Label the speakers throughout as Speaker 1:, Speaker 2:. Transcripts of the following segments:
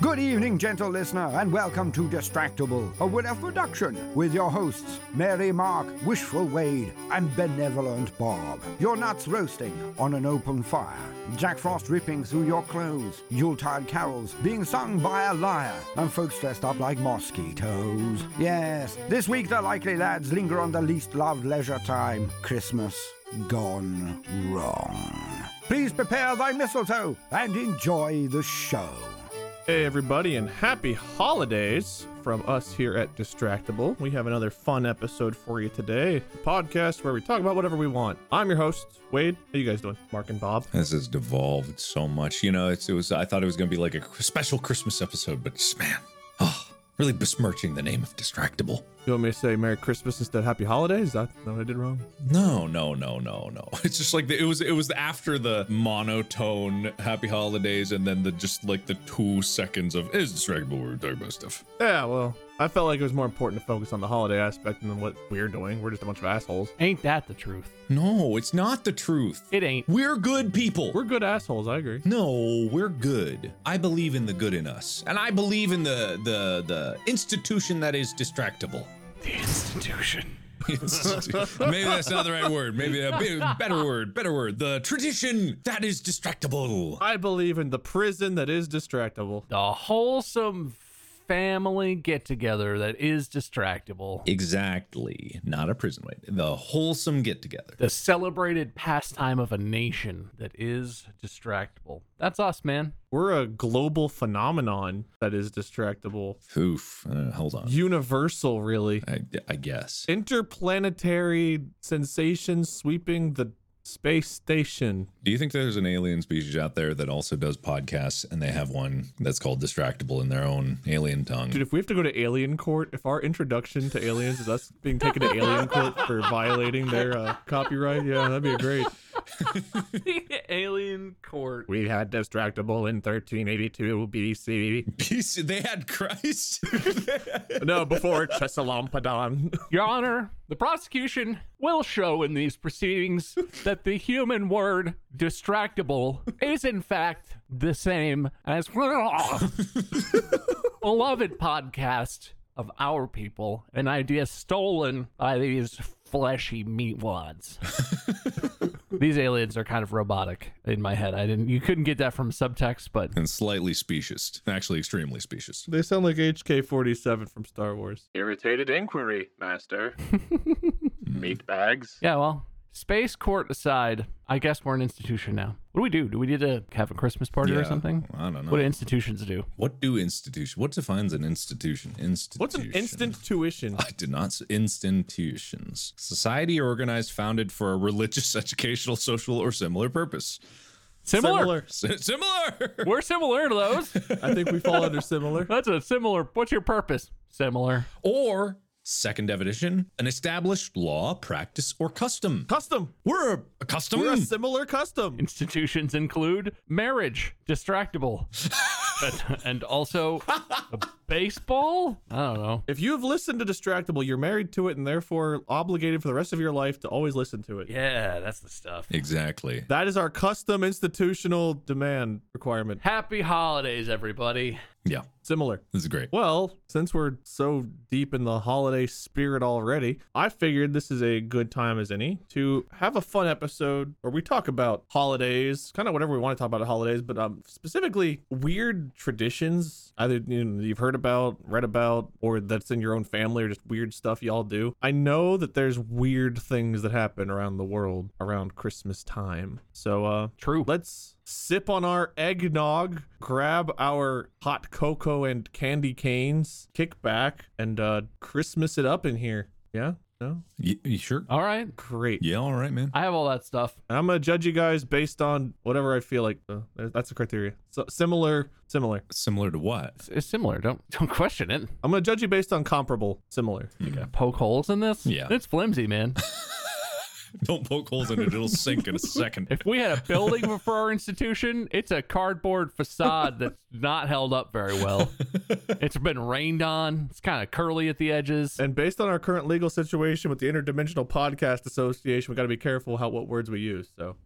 Speaker 1: Good evening, gentle listener, and welcome to Distractable, a Wood Elf production with your hosts, Mary Mark, Wishful Wade, and Benevolent Bob. Your nuts roasting on an open fire, Jack Frost ripping through your clothes, Yuletide carols being sung by a lyre, and folks dressed up like mosquitoes. Yes, this week the likely lads linger on the least loved leisure time, Christmas gone wrong. Please prepare thy mistletoe and enjoy the show.
Speaker 2: Hey, everybody, and happy holidays from us here at Distractable. We have another fun episode for you today. A podcast where we talk about whatever we want. I'm your host, Wade. How you guys doing? Mark and Bob.
Speaker 3: This has devolved so much. You know, it's, it was. I thought it was going to be like a special Christmas episode, but just, man, oh, really besmirching the name of Distractable.
Speaker 2: You want me to say Merry Christmas instead of Happy Holidays? Is that is that what I did wrong?
Speaker 3: No, no, no, no, no. It's just like the, it was. It was after the monotone Happy Holidays, and then the just like the two seconds of is Distractable. We're talking about stuff.
Speaker 2: Yeah, well, I felt like it was more important to focus on the holiday aspect than what we're doing. We're just a bunch of assholes.
Speaker 4: Ain't that the truth?
Speaker 3: No, it's not the truth.
Speaker 4: It ain't.
Speaker 3: We're good people.
Speaker 2: We're good assholes, I agree.
Speaker 3: No, we're good. I believe in the good in us, and I believe in the the the institution that is distractable.
Speaker 4: The institution.
Speaker 3: Maybe that's not the right word. Maybe a bit- better word. Better word. The tradition that is distractable.
Speaker 2: I believe in the prison that is distractible.
Speaker 4: The wholesome family get together that is distractible.
Speaker 3: Exactly. Not a prison wait. The wholesome get together.
Speaker 4: The celebrated pastime of a nation that is distractible. That's us, man.
Speaker 2: We're a global phenomenon that is distractible.
Speaker 3: Oof. Uh, hold on.
Speaker 2: Universal, really.
Speaker 3: I, I guess.
Speaker 2: Interplanetary sensation sweeping the space station.
Speaker 3: Do you think there's an alien species out there that also does podcasts and they have one that's called Distractable in their own alien tongue?
Speaker 2: Dude, if we have to go to alien court, if our introduction to aliens is us being taken to alien court for violating their uh, copyright, yeah, that'd be great.
Speaker 4: the alien court.
Speaker 2: We had distractable in 1382 BC.
Speaker 3: Peace. They had Christ.
Speaker 2: No, before Chesalampedon.
Speaker 4: Your Honor, the prosecution will show in these proceedings that the human word distractible is in fact the same as beloved podcast of our people, an idea stolen by these fleshy meatwads. these aliens are kind of robotic in my head. I didn't you couldn't get that from subtext, but
Speaker 3: and slightly specious. Actually, extremely specious.
Speaker 2: They sound like HK 47 from Star Wars.
Speaker 5: Irritated inquiry, master. Meat bags.
Speaker 4: Yeah, well, space court aside, I guess we're an institution now. What do we do? Do we need to have a Christmas party or
Speaker 3: Yeah,
Speaker 4: something?
Speaker 3: I don't know.
Speaker 4: What do institutions do?
Speaker 3: What do institution? What defines an institution? Institution.
Speaker 2: What's an instant tuition?
Speaker 3: I did not. s- Institutions. Society or organized founded for a religious, educational, social, or similar purpose.
Speaker 4: Similar.
Speaker 3: S- similar.
Speaker 4: We're similar to those.
Speaker 2: I think we fall under similar.
Speaker 4: That's a similar. What's your purpose? Similar.
Speaker 3: Or second definition, an established law, practice, or custom.
Speaker 2: Custom.
Speaker 3: We're a custom.
Speaker 2: We're a similar custom.
Speaker 4: Institutions include marriage, distractible, and, and also baseball. I don't know.
Speaker 2: If you have listened to Distractable, you're married to it and therefore obligated for the rest of your life to always listen to it.
Speaker 4: Yeah, that's the stuff.
Speaker 3: exactly.
Speaker 2: That is our custom institutional demand requirement.
Speaker 4: Happy holidays, everybody.
Speaker 3: Yeah,
Speaker 2: Similar.
Speaker 3: this is great.
Speaker 2: Well, since we're so deep in the holiday spirit already, I figured this is a good time as any to have a fun episode where we talk about holidays, kind of whatever we want to talk about at holidays, but um, specifically weird traditions either you know, you've heard about, read about, or that's in your own family, or just weird stuff y'all do. I know that there's weird things that happen around the world around Christmas time. So, uh,
Speaker 4: True.
Speaker 2: Let's sip on our eggnog, grab our hot cocoa and candy canes, kick back, and uh, Christmas it up in here. Yeah? No?
Speaker 3: You, you sure?
Speaker 4: All right.
Speaker 2: Great.
Speaker 3: Yeah, all right, man.
Speaker 4: I have all that stuff.
Speaker 2: And I'm gonna judge you guys based on whatever I feel like. Uh, that's the criteria. So similar, similar.
Speaker 3: Similar to what?
Speaker 4: It's, it's similar. Don't don't question it.
Speaker 2: I'm gonna judge you based on comparable, similar.
Speaker 4: Poke holes in this.
Speaker 3: Yeah.
Speaker 4: It's flimsy, man.
Speaker 3: Don't poke holes in it; it'll sink in a second.
Speaker 4: if we had a building for our institution, it's a cardboard facade that's not held up very well. It's been rained on. It's kind of curly at the edges.
Speaker 2: And based on our current legal situation with the Interdimensional Podcast Association, we got to be careful how what words we use. So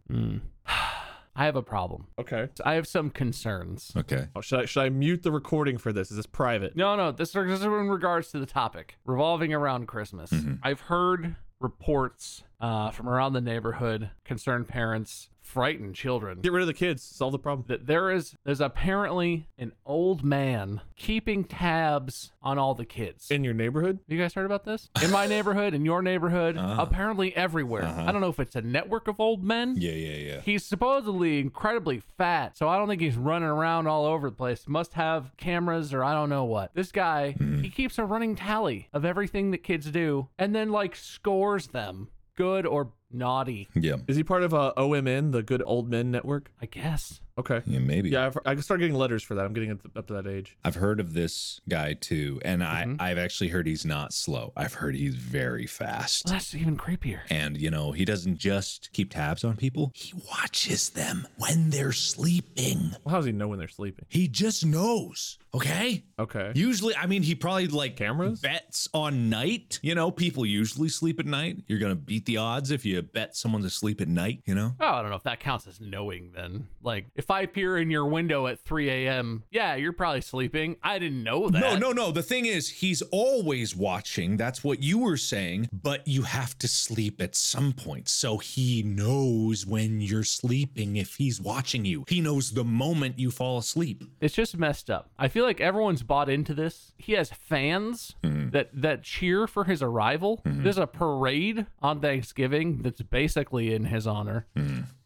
Speaker 4: I have a problem.
Speaker 2: okay.
Speaker 4: I have some concerns.
Speaker 3: Okay.
Speaker 2: Oh, should I should I mute the recording for this? Is this private?
Speaker 4: No, no, this, this is in regards to the topic revolving around Christmas. I've heard reports uh, from around the neighborhood, concerned parents, frightened children.
Speaker 2: Get rid of the kids. Solve the problem.
Speaker 4: that there is there's apparently an old man keeping tabs on all the kids.
Speaker 2: In your neighborhood?
Speaker 4: you guys heard about this? In my neighborhood, in your neighborhood,
Speaker 3: Uh-huh.
Speaker 4: apparently everywhere. I don't know if it's a network of old men.
Speaker 3: Yeah, yeah, yeah.
Speaker 4: He's supposedly incredibly fat, so I don't think he's running around all over the place. Must have cameras or I don't know what. This guy,
Speaker 3: Hmm.
Speaker 4: he keeps a running tally of everything that kids do and then like scores them, good or naughty,
Speaker 3: Yeah.
Speaker 2: Is he part of uh, OMN, the Good Old Men Network?
Speaker 4: I guess.
Speaker 2: Okay.
Speaker 3: Yeah, maybe.
Speaker 2: Yeah, I've, I can start getting letters for that. I'm getting up to- up to that age.
Speaker 3: I've heard of this guy too, and I I've actually heard he's not slow. I've heard he's very fast.
Speaker 4: Well, that's even creepier.
Speaker 3: And you know, he doesn't just keep tabs on people. He watches them when they're sleeping.
Speaker 2: Well, how does he know when they're sleeping?
Speaker 3: He just knows. Okay?
Speaker 2: Okay.
Speaker 3: Usually, I mean, he probably like
Speaker 2: Cameras?
Speaker 3: bets on night. You know, people usually sleep at night. You're gonna beat the odds if you bet someone to sleep at night. You know?
Speaker 4: Oh, I don't know if that counts as knowing then. Like, if I peer in your window at 3 a.m., yeah, you're probably sleeping. I didn't know that.
Speaker 3: No, no, no. The thing is, he's always watching. That's what you were saying. But you have to sleep at some point. So he knows when you're sleeping if he's watching you. He knows the moment you fall asleep.
Speaker 4: It's just messed up. I feel like everyone's bought into this. He has fans that, that cheer for his arrival. There's a parade on Thanksgiving that's basically in his honor.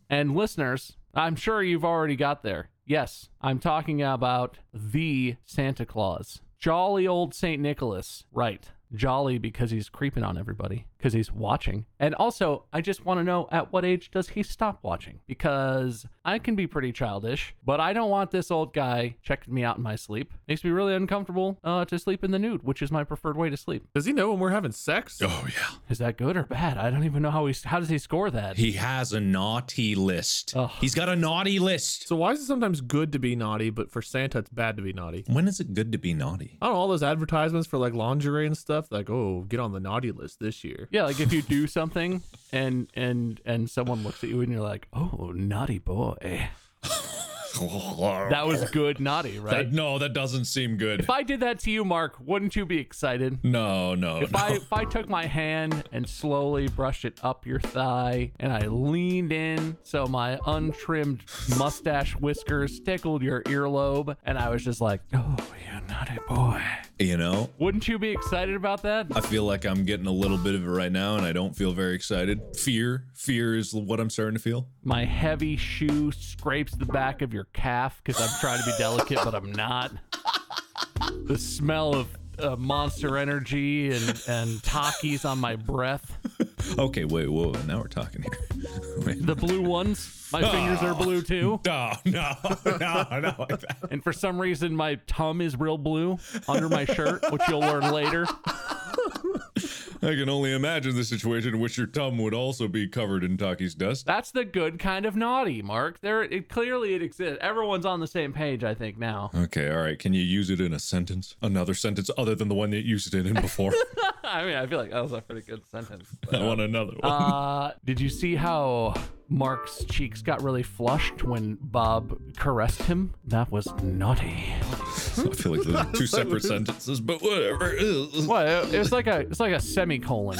Speaker 4: And listeners, I'm sure you've already got there. Yes, I'm talking about the Santa Claus. Jolly old St. Nicholas. Right. Jolly because he's creeping on everybody, because he's watching. And also, I just want to know at what age does he stop watching? Because I can be pretty childish, but I don't want this old guy checking me out in my sleep. Makes me really uncomfortable uh, to sleep in the nude, which is my preferred way to sleep.
Speaker 2: Does he know when we're having sex?
Speaker 3: Oh, yeah.
Speaker 4: Is that good or bad? I don't even know how he, how does he score that?
Speaker 3: He has a naughty list.
Speaker 4: Ugh.
Speaker 3: He's got a naughty list.
Speaker 2: So why is it sometimes good to be naughty, but for Santa it's bad to be naughty?
Speaker 3: When is it good to be naughty?
Speaker 2: I don't know, all those advertisements for like lingerie and stuff, like, oh, get on the naughty list this year.
Speaker 4: Yeah, like if you do something and and and someone looks at you and you're like, "Oh, naughty boy." That was good naughty, right?
Speaker 3: no, that doesn't seem good.
Speaker 4: If I did that to you, Mark, wouldn't you be excited?
Speaker 3: No, no,
Speaker 4: If I if I took my hand and slowly brushed it up your thigh and I leaned in so my untrimmed mustache whiskers tickled your earlobe and I was just like, "Oh, you naughty boy."
Speaker 3: You know,
Speaker 4: Wouldn't you be excited about that?
Speaker 3: I feel like I'm getting a little bit of it right now, and I don't feel very excited. Fear, fear is what I'm starting to feel.
Speaker 4: My heavy shoe scrapes the back of your calf because I'm trying to be delicate, but I'm not. The smell of uh, monster energy and, and Takis on my breath.
Speaker 3: Okay, wait, whoa, now we're talking here. Wait.
Speaker 4: The blue ones, my fingers are blue too.
Speaker 3: No, no, no, no.
Speaker 4: And for some reason, my tum is real blue under my shirt, which you'll learn later.
Speaker 3: I can only imagine the situation in which your tum would also be covered in Taki's dust.
Speaker 4: That's the good kind of naughty, Mark. There, it, clearly it exists. Everyone's on the same page, I think, now.
Speaker 3: Okay, all right. Can you use it in a sentence? Another sentence other than the one that you used it in before.
Speaker 4: I mean, I feel like that was a pretty good sentence. but-
Speaker 3: I want another one.
Speaker 4: Uh, did you see how Mark's cheeks got really flushed when Bob caressed him? That was naughty.
Speaker 3: I feel like those are two separate sentences, but whatever.
Speaker 4: Well, it was like a it's like a semicolon.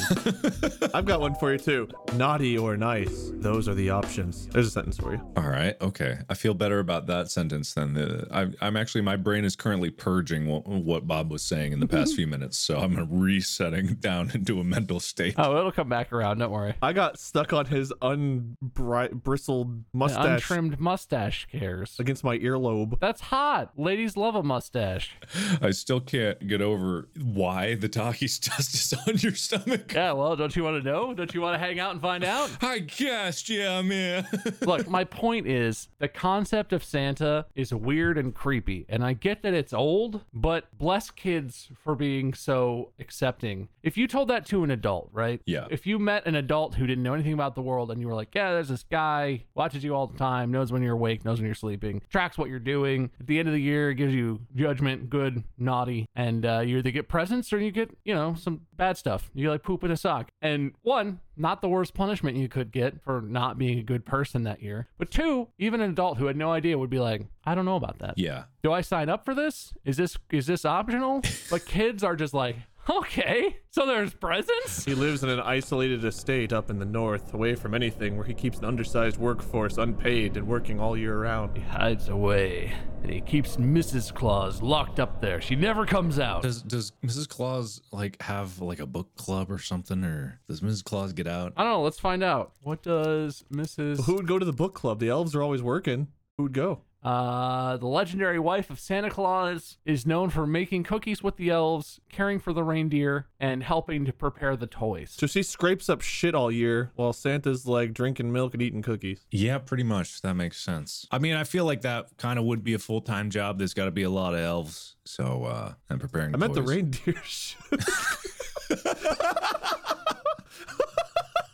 Speaker 2: I've got one for you too. Naughty or nice, those are the options. There's a sentence for you.
Speaker 3: All right. Okay. I feel better about that sentence than the. I, I'm actually, my brain is currently purging what, what Bob was saying in the past few minutes. So I'm resetting down into a mental state.
Speaker 4: oh, it'll come back around. Don't worry.
Speaker 2: I got stuck on his unbreakable bri- bristled mustache
Speaker 4: Untrimmed mustache cares.
Speaker 2: against my earlobe.
Speaker 4: That's hot. Ladies love a mustache.
Speaker 3: I still can't get over why the Takis dust is on your stomach.
Speaker 4: Yeah, well, don't you want to know? Don't you want to hang out and find out?
Speaker 3: I guess, yeah, man.
Speaker 4: Look, my point is the concept of Santa is weird and creepy. And I get that it's old, but bless kids for being so accepting. If you told that to an adult, right?
Speaker 3: Yeah.
Speaker 4: If you met an adult who didn't know anything about the world and you were like, yeah, there's this guy, watches you all the time, knows when you're awake, knows when you're sleeping, tracks what you're doing. At the end of the year, gives you judgment, good, naughty. And uh, you either get presents or you get, you know, some bad stuff. You like poop in a sock. And one, not the worst punishment you could get for not being a good person that year. But two, even an adult who had no idea would be like, I don't know about that.
Speaker 3: yeah.
Speaker 4: Do I sign up for this? Is this is this optional? but kids are just like, okay, so there's presents?
Speaker 2: He lives in an isolated estate up in the north, away from anything, where he keeps an undersized workforce unpaid and working all year round.
Speaker 4: He hides away, and he keeps Mrs. Claus locked up there. She never comes out.
Speaker 3: Does does Mrs. Claus like have like a book club or something, or does Mrs. Claus get out?
Speaker 4: I don't know. Let's find out. What does Mrs.
Speaker 2: Who would go to the book club? The elves are always working. Who would go?
Speaker 4: Uh, the legendary wife of Santa Claus is known for making cookies with the elves, caring for the reindeer, and helping to prepare the toys.
Speaker 2: So she scrapes up shit all year while Santa's like drinking milk and eating cookies.
Speaker 3: Yeah, pretty much. That makes sense. I mean, I feel like that kind of would be a full time job. There's got to be a lot of elves. So uh I'm preparing.
Speaker 2: I meant the
Speaker 3: toys.
Speaker 2: reindeer shit.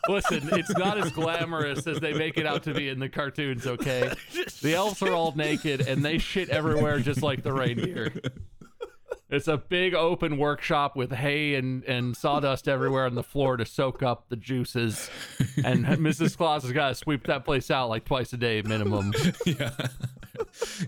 Speaker 4: Listen, it's not as glamorous as they make it out to be in the cartoons, okay? The elves are all naked and they shit everywhere just like the reindeer. It's a big open workshop with hay and, and sawdust everywhere on the floor to soak up the juices. And Mrs. Claus has got to sweep that place out like twice a day minimum.
Speaker 3: yeah.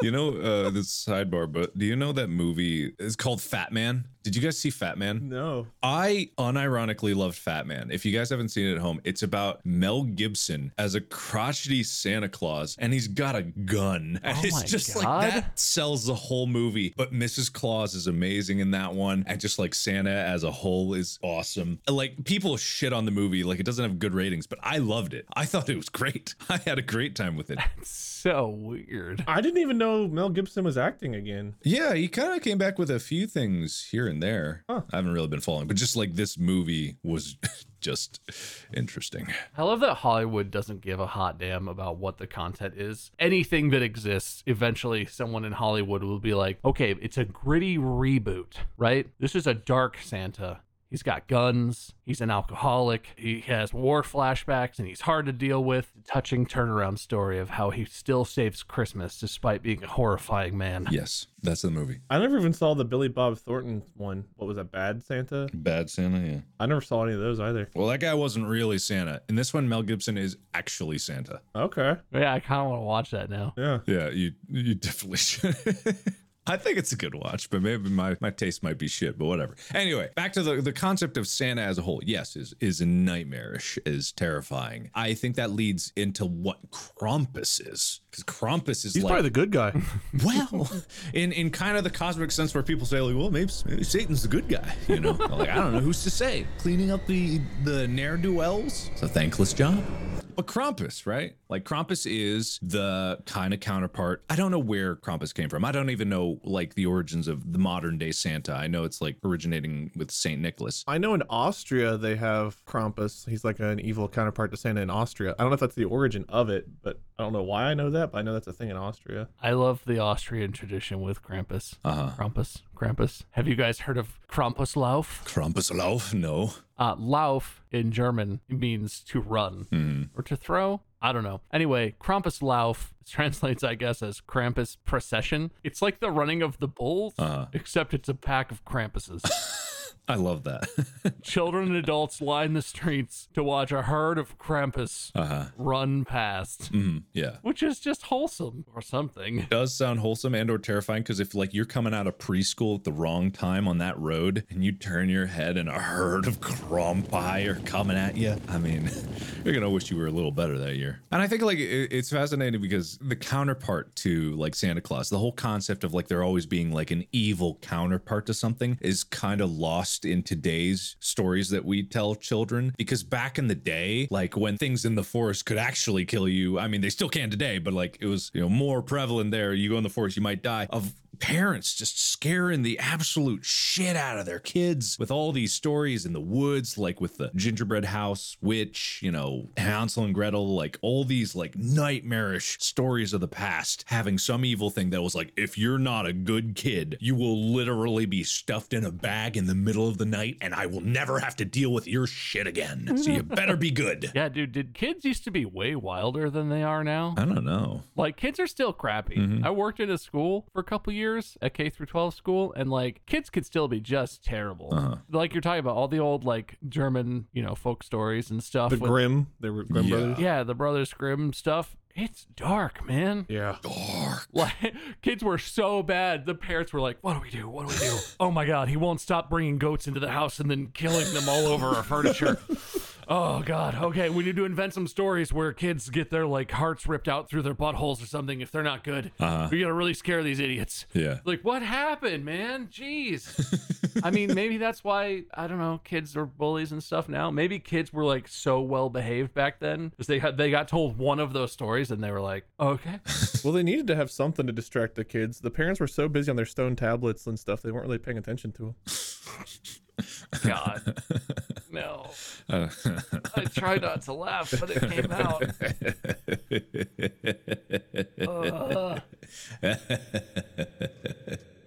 Speaker 3: you know, uh this is sidebar, but do you know that movie is called Fat Man? Did you guys see Fat Man?
Speaker 2: No.
Speaker 3: I unironically loved Fat Man. If you guys haven't seen it at home, it's about Mel Gibson as a crotchety Santa Claus, and he's got a gun. And
Speaker 4: Oh
Speaker 3: it's
Speaker 4: my
Speaker 3: just
Speaker 4: God.
Speaker 3: like that sells the whole movie. But Mrs. Claus is amazing in that one, and just like Santa as a whole is awesome. Like people shit on the movie, like it doesn't have good ratings, but I loved it. I thought it was great. I had a great time with it.
Speaker 4: So weird.
Speaker 2: I didn't even know Mel Gibson was acting again.
Speaker 3: Yeah, he kind of came back with a few things here and there. I haven't really been following, but just like this movie was just interesting.
Speaker 4: I love that Hollywood doesn't give a hot damn about what the content is. Anything that exists, eventually someone in Hollywood will be like, okay, it's a gritty reboot, right? This is a dark Santa. He's got guns. He's an alcoholic. He has war flashbacks and he's hard to deal with. Touching turnaround story of how he still saves Christmas despite being a horrifying man.
Speaker 3: Yes, that's the movie.
Speaker 2: I never even saw the Billy Bob Thornton one. What was that, Bad Santa?
Speaker 3: Bad Santa, yeah.
Speaker 2: I never saw any of those either.
Speaker 3: Well, that guy wasn't really Santa. In this one, Mel Gibson is actually Santa.
Speaker 2: Okay.
Speaker 4: Yeah, I kind of want to watch that now.
Speaker 2: Yeah.
Speaker 3: Yeah, you you definitely should. I think it's a good watch, but maybe my, my taste might be shit, but whatever. Anyway, back to the, the concept of Santa as a whole. Yes, is is nightmarish, is terrifying. I think that leads into what Krampus is. Because Krampus is
Speaker 2: He's
Speaker 3: like
Speaker 2: probably the good guy.
Speaker 3: well in in kind of the cosmic sense where people say like well maybe, maybe satan's the good guy you know like i don't know who's to say cleaning up the the ne'er-do-wells it's a thankless job but Krampus, right? Like Krampus is the kind of counterpart. I don't know where Krampus came from. I don't even know like the origins of the modern day Santa. I know it's like originating with Saint Nicholas.
Speaker 2: I know in Austria they have Krampus. He's like an evil counterpart to Santa in Austria. I don't know if that's the origin of it, but I don't know why I know that, but I know that's a thing in Austria.
Speaker 4: I love the Austrian tradition with Krampus.
Speaker 3: Uh-huh.
Speaker 4: Krampus, Krampus. Have you guys heard of Krampuslauf?
Speaker 3: Krampuslauf? No.
Speaker 4: Uh, lauf in German means to run or to throw. I don't know. Anyway, Krampuslauf translates, I guess, as Krampus procession. It's like the running of the bulls, except it's a pack of Krampuses.
Speaker 3: I love that.
Speaker 4: Children and adults line the streets to watch a herd of Krampus run past,
Speaker 3: Mm, yeah.
Speaker 4: which is just wholesome or something.
Speaker 3: does sound wholesome and or terrifying because if like you're coming out of preschool at the wrong time on that road and you turn your head and a herd of crumpi are coming at you i mean you're gonna wish you were a little better that year and i think like it, it's fascinating because the counterpart to like santa claus the whole concept of like there always being like an evil counterpart to something is kind of lost lost in today's stories that we tell children because back in the day like when things in the forest could actually kill you i mean they still can today but like it was you know more prevalent there you go in the forest you might die of parents just scaring the absolute shit out of their kids with all these stories in the woods, like with the gingerbread house witch, you know, Hansel and Gretel, like all these like nightmarish stories of the past, having some evil thing that was like, if you're not a good kid, you will literally be stuffed in a bag in the middle of the night and I will never have to deal with your shit again. So you better be good.
Speaker 4: Yeah, dude, did kids used to be way wilder than they are now?
Speaker 3: I don't know.
Speaker 4: Like kids are still crappy.
Speaker 2: Mm-hmm.
Speaker 4: I worked in a school for a couple years, a K through 12 school, and like kids could still be just terrible.
Speaker 2: Uh-huh.
Speaker 4: Like you're talking about all the old like German, you know, folk stories and stuff.
Speaker 2: The
Speaker 4: with-
Speaker 2: Grimm, they were Grimm
Speaker 3: Yeah.
Speaker 2: brothers.
Speaker 4: yeah, the Brothers Grimm stuff. It's dark, man.
Speaker 2: Yeah.
Speaker 3: Dark.
Speaker 4: Like kids were so bad. The parents were like, "What do we do? What do we do? Oh my god, he won't stop bringing goats into the house and then killing them all over our furniture." Oh god. Okay, we need to invent some stories where kids get their like hearts ripped out through their buttholes or something if they're not good.
Speaker 3: Uh-huh.
Speaker 4: We gotta really scare these idiots.
Speaker 3: Yeah.
Speaker 4: Like, what happened, man? Jeez. I mean, maybe that's why, I don't know, kids are bullies and stuff now. Maybe kids were like so well behaved back then because they, had- they got told one of those stories and they were like, okay.
Speaker 2: Well, they needed to have something to distract the kids. The parents were so busy on their stone tablets and stuff, they weren't really paying attention to them.
Speaker 4: God. No. I tried not to laugh, but it came out. Ugh.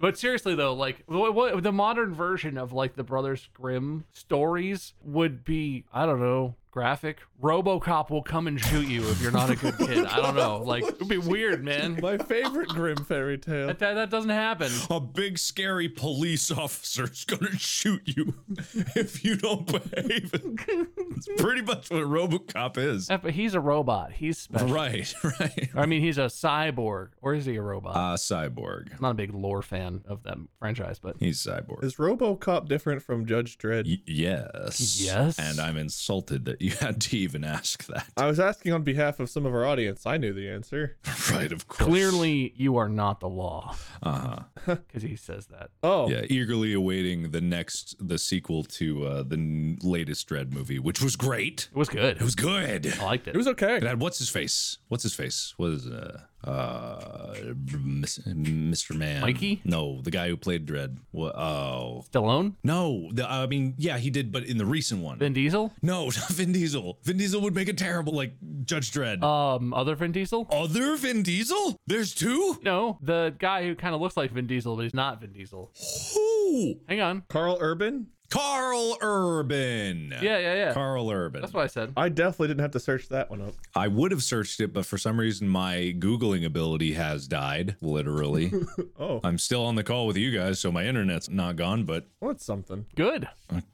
Speaker 4: But seriously though, like what, what the modern version of like the Brothers Grimm stories would be, I don't know, graphic. RoboCop will come and shoot you if you're not a good kid. I don't know. Like it would be weird, man.
Speaker 2: My favorite Grimm fairy tale.
Speaker 4: That, that doesn't happen.
Speaker 3: a big scary police officer is gonna shoot you if you don't behave. It's pretty much what RoboCop is.
Speaker 4: Yeah, But he's a robot. He's special.
Speaker 3: Right, right.
Speaker 4: I mean, he's a cyborg, or is he a robot?
Speaker 3: Uh, cyborg.
Speaker 4: I'm not a big lore fan of that franchise, but
Speaker 3: He's cyborg.
Speaker 2: Is RoboCop different from Judge Dredd?
Speaker 3: Y- yes.
Speaker 4: Yes?
Speaker 3: And I'm insulted that you had to even ask that.
Speaker 2: I was asking on behalf of some of our audience. I knew the answer.
Speaker 3: right, of course.
Speaker 4: clearly you are not the law
Speaker 3: Uh-huh.
Speaker 4: because he says that.
Speaker 2: Oh,
Speaker 3: Yeah, eagerly awaiting the next, the sequel to uh, the n- latest Dread movie, which was great.
Speaker 4: It was good.
Speaker 3: It was good.
Speaker 4: I liked it.
Speaker 2: it was okay.
Speaker 3: It had what's his face? What's his face? Was uh uh Mis- Mr. Man?
Speaker 4: Mikey?
Speaker 3: No, the guy who played Dread. What? Oh
Speaker 4: Stallone,
Speaker 3: no, the, I mean yeah, he did, but in the recent one.
Speaker 4: Vin Diesel,
Speaker 3: no, not Vin Diesel. Vin Diesel would make a terrible like Judge Dredd.
Speaker 4: um, other Vin Diesel.
Speaker 3: Other Vin Diesel? There's two.
Speaker 4: No, the guy who kind of looks like Vin Diesel, but he's not Vin Diesel.
Speaker 3: Who?
Speaker 4: Hang on.
Speaker 2: Carl Urban?
Speaker 3: Carl Urban.
Speaker 4: Yeah, yeah, yeah.
Speaker 3: Carl Urban.
Speaker 4: That's what I said.
Speaker 2: I definitely didn't have to search that one up.
Speaker 3: I would have searched it, but for some reason my Googling ability has died, literally.
Speaker 2: Oh,
Speaker 3: I'm still on the call with you guys, so my internet's not gone, but
Speaker 2: well, that's something.
Speaker 4: Good.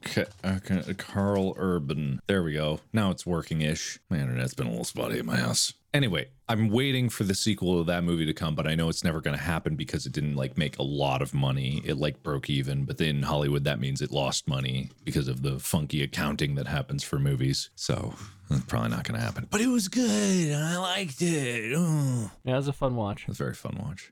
Speaker 3: Okay, okay, Carl Urban. There we go. Now it's working ish. My internet's been a little spotty at my house. Anyway, I'm waiting for the sequel of that movie to come, but I know it's never going to happen because it didn't like make a lot of money. It like broke even, but then Hollywood that means it lost money because of the funky accounting that happens for movies. So that's probably not going to happen. But it was good. I liked it. Oh,
Speaker 4: Yeah, it was a fun watch.
Speaker 3: it was a very fun watch.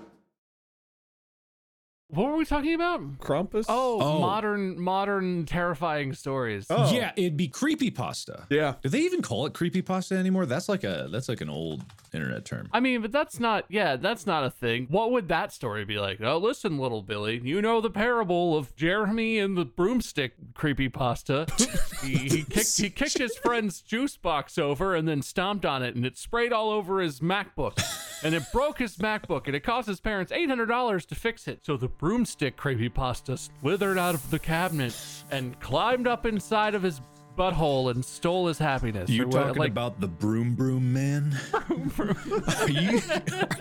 Speaker 4: What were we talking about?
Speaker 2: Krampus?
Speaker 4: Oh,
Speaker 3: Oh.
Speaker 4: modern, modern, terrifying stories.
Speaker 2: Oh.
Speaker 3: Yeah, it'd be creepy pasta.
Speaker 2: Yeah.
Speaker 3: Do they even call it creepypasta anymore? That's like a that's like an old internet term.
Speaker 4: I mean, but that's not, yeah, that's not a thing. What would that story be like? Oh, listen, little Billy, you know the parable of Jeremy and the broomstick creepypasta. he, he kicked he kicked his friend's juice box over and then stomped on it, and it sprayed all over his MacBook, and it broke his MacBook, and it cost his parents eight hundred dollars to fix it. So the broomstick creepypasta slithered out of the cabinet and climbed up inside of his butthole and stole his happiness.
Speaker 3: You
Speaker 4: Or what-
Speaker 3: talking about the broom broom man? are, you,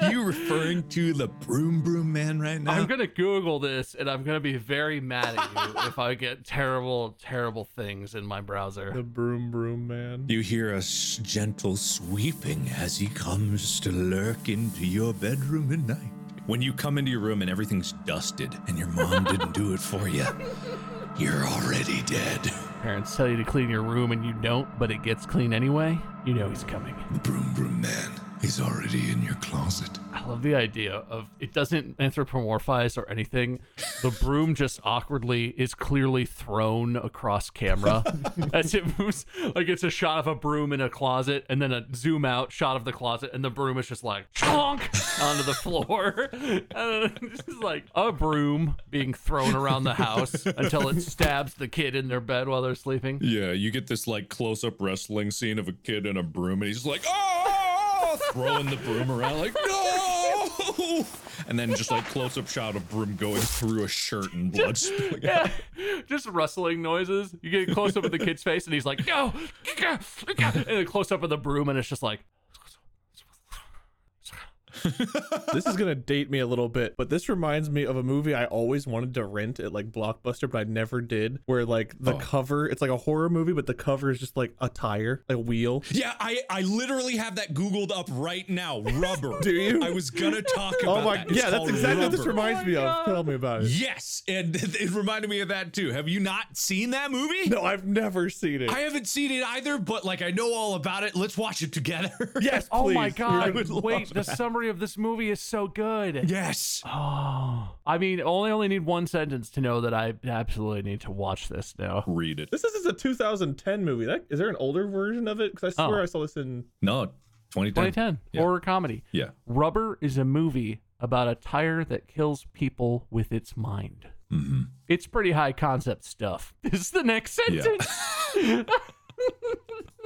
Speaker 3: are you referring to the broom broom man right now?
Speaker 4: I'm gonna Google this, and I'm gonna be very mad at you if I get terrible, terrible things in my browser.
Speaker 2: The broom broom man.
Speaker 3: You hear a s- gentle sweeping as he comes to lurk into your bedroom at night. When you come into your room and everything's dusted and your mom didn't do it for you, you're already dead.
Speaker 4: Parents tell you to clean your room, and you don't, but it gets clean anyway. You know he's coming.
Speaker 3: The broom broom man is already in your closet.
Speaker 4: I love the idea of it doesn't anthropomorphize or anything. The broom just awkwardly is clearly thrown across camera as it moves. Like it's a shot of a broom in a closet, and then a zoom out shot of the closet, and the broom is just like chonk onto the floor. And this is like a broom being thrown around the house until it stabs the kid in their bed while they're sleeping.
Speaker 6: Yeah, you get this like close up wrestling scene of a kid in a broom, and he's just like, oh, throwing the broom around, like, no. And then just like close up shot of broom going through a shirt and blood. spilling out.
Speaker 4: Yeah, just rustling noises. You get close up of the kid's face, and he's like, "Go!" and then close up of the broom, and it's just like,
Speaker 2: this is gonna date me a little bit, but this reminds me of a movie I always wanted to rent at like Blockbuster, but I never did. Where like the cover, it's like a horror movie, but the cover is just like a tire, a wheel.
Speaker 6: Yeah, I, I literally have that Googled up right now. Rubber. Do
Speaker 2: you?
Speaker 6: I was gonna talk about
Speaker 2: Oh my,
Speaker 6: that. It's
Speaker 2: yeah, that's
Speaker 6: called
Speaker 2: exactly what this
Speaker 6: Rubber.
Speaker 2: reminds me of. Tell me about it.
Speaker 6: Yes, and it reminded me of that too. Have you not seen that movie?
Speaker 2: No, I've never seen it.
Speaker 6: I haven't seen it either, but like I know all about it. Let's watch it together.
Speaker 2: yes, please.
Speaker 4: "Oh my
Speaker 2: I
Speaker 4: god!
Speaker 2: would love
Speaker 4: Wait, the
Speaker 2: that.
Speaker 4: summary of this movie is so good."
Speaker 6: Yes.
Speaker 4: Oh, I mean, only only need one sentence to know that I absolutely need to watch this now.
Speaker 3: Read it.
Speaker 2: This is a 2010 movie. That is there an older version of it? Because I swear
Speaker 4: Oh.
Speaker 2: I saw this in.
Speaker 3: No, 2010.
Speaker 4: 2010
Speaker 3: Yeah.
Speaker 4: horror comedy.
Speaker 3: Yeah.
Speaker 4: Rubber is a movie about a tire that kills people with its mind. It's pretty high concept stuff. Is the next
Speaker 3: Yeah.
Speaker 4: sentence?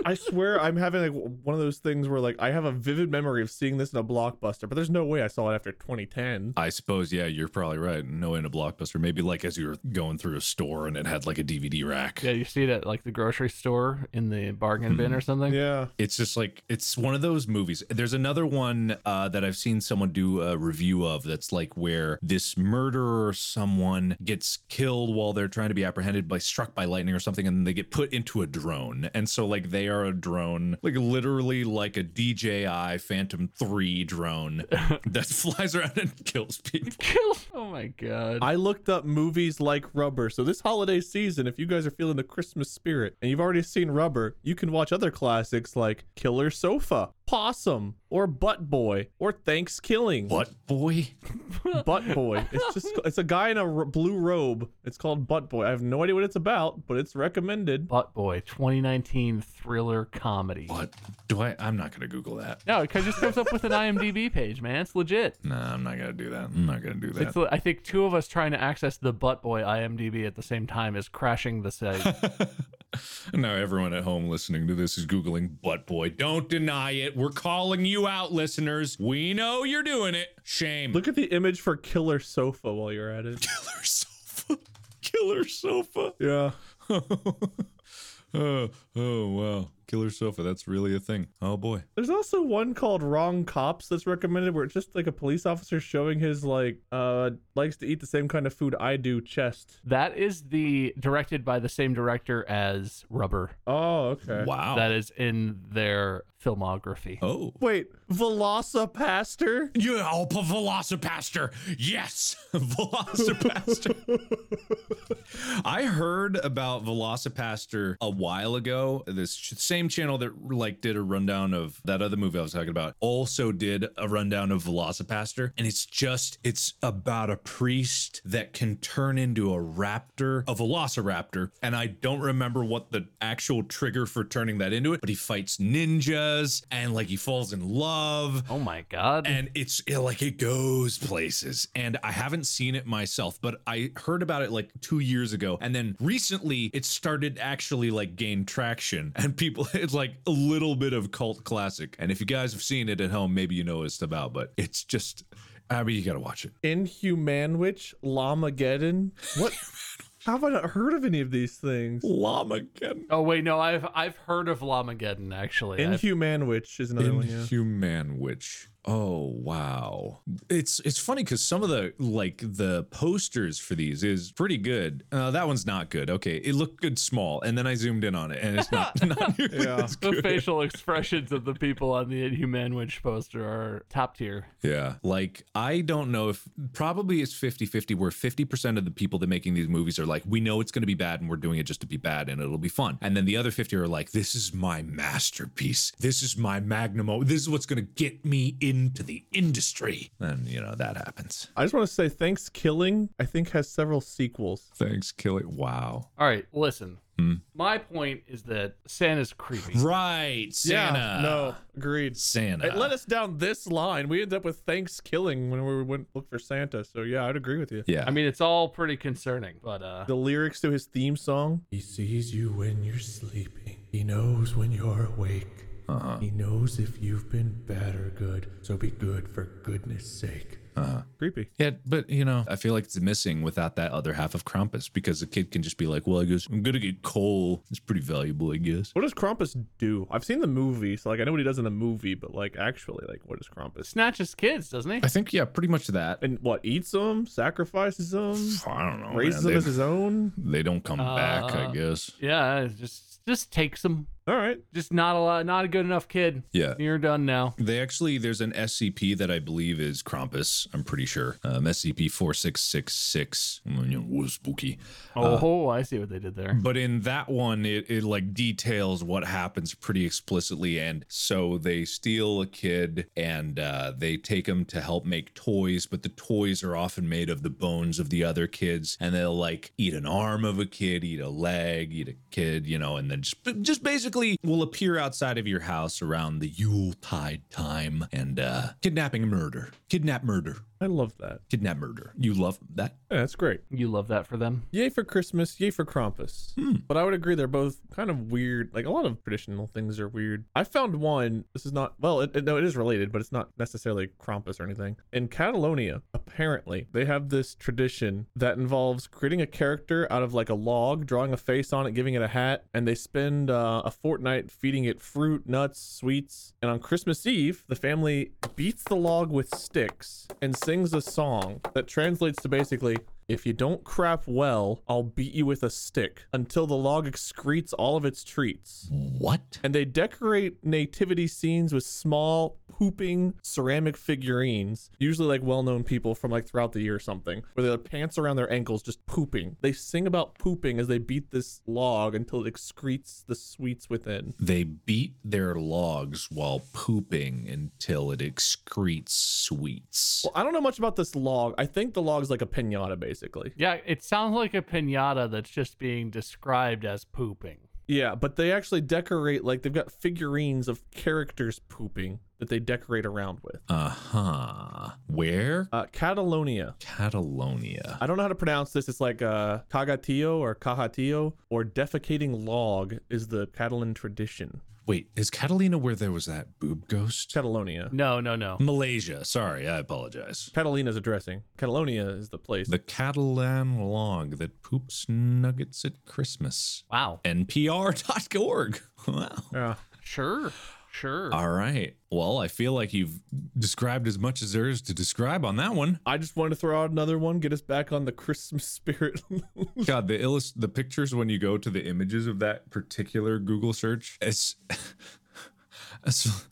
Speaker 2: I swear I'm having like one of those things where like I have a vivid memory of seeing this in a Blockbuster, but there's no way I saw it after 2010.
Speaker 3: I suppose, yeah, you're probably right. No in a blockbuster. Maybe like as you were going through a store and it had like a DVD rack.
Speaker 4: Yeah, you see it at like the grocery store in the bargain bin or something.
Speaker 2: Yeah.
Speaker 3: It's just like it's one of those movies. There's another one uh, that I've seen someone do a review of that's like where this murderer or someone gets killed while they're trying to be apprehended by struck by lightning or something, and they get put into a drone. And so like they are a drone, like literally like a DJI Phantom Three drone that flies around and kills people.
Speaker 4: Kill. Oh my god.
Speaker 2: I looked up movies like Rubber. So this holiday season, if you guys are feeling the Christmas spirit and you've already seen Rubber, you can watch other classics like Killer Sofa, Possum, or Butt Boy, or Thanksgiving.
Speaker 3: What boy?
Speaker 2: Butt Boy. It's just it's a guy in a r- blue robe. It's called Butt Boy. I have no idea what it's about, but it's recommended.
Speaker 4: Butt Boy, 2019 thriller comedy.
Speaker 3: What do I? I'm not gonna Google that.
Speaker 4: No, it just comes up with an IMDb page, man. It's legit.
Speaker 3: Nah, I'm not gonna do that. I'm not gonna do that.
Speaker 4: It's, I think two of us trying to access the Butt Boy IMDb at the same time is crashing the site.
Speaker 3: no, everyone.
Speaker 6: Everyone at home listening to this is Googling butt boy. Don't deny it. We're calling you out, listeners. We know you're doing it. Shame.
Speaker 2: Look at the image for Killer Sofa while you're at it.
Speaker 6: killer sofa. Killer sofa.
Speaker 2: Yeah.
Speaker 6: oh, oh, wow.
Speaker 3: Killer sofa. That's really a thing. Oh boy.
Speaker 2: There's also one called Wrong Cops that's recommended where it's just like a police officer showing his like uh likes to eat the same kind of food I do chest.
Speaker 4: that is the directed by the same director as Rubber.
Speaker 2: Oh, okay.
Speaker 3: Wow.
Speaker 4: That is in their filmography.
Speaker 3: oh.
Speaker 2: Wait, Velocipaster?
Speaker 6: You all p- Velocipaster. Yes, Velocipaster.
Speaker 3: I heard about Velocipaster a while ago. This sh- same channel that like did a rundown of that other movie I was talking about also did a rundown of Velocipaster, and it's just it's about a priest that can turn into a raptor, a velociraptor, and I don't remember what the actual trigger for turning that into it, but he fights ninjas and like he falls in love
Speaker 4: Oh my god.
Speaker 3: and it's it, like it goes places and i haven't seen it myself but i heard about it like two years ago and then recently it started actually like gain traction and people it's like a little bit of cult classic and if you guys have seen it at home maybe you know what it's about but it's just i mean you gotta watch it
Speaker 2: Inhumanwich, Lamageddon. What? How have I not heard of any of these things?
Speaker 3: llama again
Speaker 4: oh wait, no, I've I've heard of Lamageddon actually. I've-
Speaker 2: Inhumanwich is another one. Yeah.
Speaker 3: Inhuman Witch. Oh wow. It's it's funny because some of the like the posters for these is pretty good. Uh, that one's not good. Okay. It looked good small. And then I zoomed in on it and it's not, not nearly
Speaker 2: Yeah.
Speaker 3: as
Speaker 4: the
Speaker 3: good.
Speaker 4: facial expressions of the people on the Inhuman Witch poster are top tier.
Speaker 3: Yeah. Like, I don't know if probably it's 50 50, where 50% of the people that making these movies are like, we know it's going to be bad and we're doing it just to be bad and it'll be fun. And then the other 50 are like, this is my masterpiece. This is my magnum. op- This is what's going to get me into the industry. And, you know, that happens.
Speaker 2: I just want to say thanks. Killing I think has several sequels.
Speaker 3: Thanks, Killy. Wow.
Speaker 4: All right, listen. My point is that Santa's creepy.
Speaker 3: Hmm. Right. Santa.
Speaker 2: Yeah, no, agreed.
Speaker 3: Santa.
Speaker 2: It led us down this line. We ended up with thanks killing when we went look for Santa. So yeah, I'd agree with you.
Speaker 3: yeah.
Speaker 4: I mean, it's all pretty concerning, but uh
Speaker 2: The lyrics to his theme song.
Speaker 7: He sees you when you're sleeping. He knows when you're awake.
Speaker 2: Uh-huh.
Speaker 7: He knows if you've been bad or good. So be good for goodness sake.
Speaker 2: Uh-huh. Creepy.
Speaker 3: Yeah, but you know, I feel like it's missing without that other half of Krampus because the kid can just be like, "Well, I guess I'm gonna get coal. It's pretty valuable, I guess."
Speaker 2: What does Krampus do? I've seen the movie, so like I know what he does in the movie, but like actually, like what is Krampus?
Speaker 4: snatches kids, doesn't he?
Speaker 3: I think yeah, pretty much that.
Speaker 2: And what eats them, sacrifices them,
Speaker 3: I don't know.
Speaker 2: raises
Speaker 3: man.
Speaker 2: them
Speaker 3: They,
Speaker 2: as his own.
Speaker 3: they don't come back, I guess.
Speaker 4: Yeah, it's just just takes them.
Speaker 2: All right,
Speaker 4: Just not a lot, not a good enough kid.
Speaker 3: Yeah.
Speaker 4: You're done now.
Speaker 3: They actually, there's an SCP that I believe is Krampus. I'm pretty sure. Um, SCP four six six six. Mm, Was spooky. Uh,
Speaker 4: Oh, oh, I see what they did there.
Speaker 3: But in that one, it, it like details what happens pretty explicitly. And so they steal a kid and uh, they take him to help make toys, but the toys are often made of the bones of the other kids. And they'll like eat an arm of a kid, eat a leg, eat a kid, you know, and then just, just basically will appear outside of your house around the Yuletide time and uh, kidnapping and murder. Kidnap murder.
Speaker 2: I love that.
Speaker 3: Kidnap murder. You love that?
Speaker 2: Yeah, that's great.
Speaker 4: You love that for them.
Speaker 2: Yay for Christmas, yay for Krampus. But I would agree they're both kind of weird. Like a lot of traditional things are weird. I found one. This is not well. It, it- no, it is related, but it's not necessarily Krampus or anything. In Catalonia, apparently they have this tradition that involves creating a character out of like a log, drawing a face on it, giving it a hat, and they spend uh, a fortnight feeding it fruit, nuts, sweets. And on Christmas Eve, the family beats the log with sticks and sings a song that translates to basically. If you don't crap well, I'll beat you with a stick until the log excretes all of its treats.
Speaker 3: What?
Speaker 2: And they decorate nativity scenes with small pooping ceramic figurines, usually like well-known people from like throughout the year or something, where their pants around their ankles just pooping. They sing about pooping as they beat this log until it excretes the sweets within.
Speaker 3: They beat their logs while pooping until it excretes sweets.
Speaker 2: Well, I don't know much about this log. I think the log's like a pinata, basically.
Speaker 4: Yeah, it sounds like a pinata that's just being described as pooping.
Speaker 2: Yeah, but they actually decorate like they've got figurines of characters pooping that they decorate around with.
Speaker 3: Uh huh. Where?
Speaker 2: Uh, Catalonia.
Speaker 3: Catalonia.
Speaker 2: I don't know how to pronounce this. It's like uh, cagatillo or cajatillo or defecating log is the Catalan tradition.
Speaker 3: Wait, is Catalina where there was that boob ghost?
Speaker 2: Catalonia.
Speaker 4: No, no, no.
Speaker 3: Hmm. Malaysia. Sorry, I apologize.
Speaker 2: Catalina's a dressing. Catalonia is the place.
Speaker 3: The Catalan log that poops nuggets at Christmas.
Speaker 4: Wow.
Speaker 3: NPR.org. Wow.
Speaker 2: yeah.
Speaker 4: Sure. Sure.
Speaker 3: All right. Well, I feel like you've described as much as there is to describe on that one.
Speaker 2: I just wanted to throw out another one, get us back on the Christmas spirit.
Speaker 3: God, the illust- the pictures when you go to the images of that particular Google search, it's, it's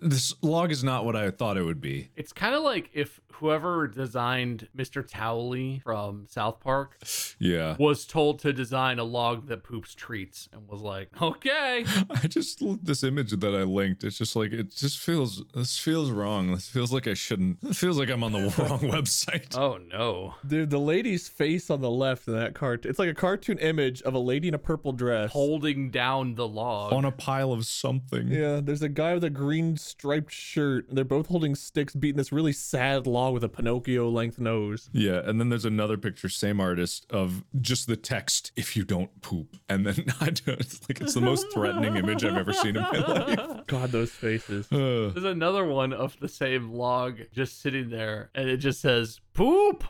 Speaker 3: this log is not what I thought it would be.
Speaker 4: It's kind of like if whoever designed Mr. Towley from South Park
Speaker 3: Yeah.
Speaker 4: was told to design a log that poops treats and was like, okay.
Speaker 3: I just this image that I linked. It's just like it just feels this feels wrong. This feels like I shouldn't. It feels like I'm on the wrong website.
Speaker 4: Oh no.
Speaker 2: Dude, the lady's face on the left in that cartoon. It's like a cartoon image of a lady in a purple dress.
Speaker 4: Holding down the log.
Speaker 3: on a pile of something.
Speaker 2: Yeah, there's a guy with a green striped shirt. They're both holding sticks, beating this really sad log with a Pinocchio length nose.
Speaker 3: Yeah, and then there's another picture, same artist, of just the text, if you don't poop. And then I don't, it's like, it's the most threatening image I've ever seen in my life.
Speaker 2: God, those faces.
Speaker 3: Uh,
Speaker 4: There's another one of the same log just sitting there, and it just says poop,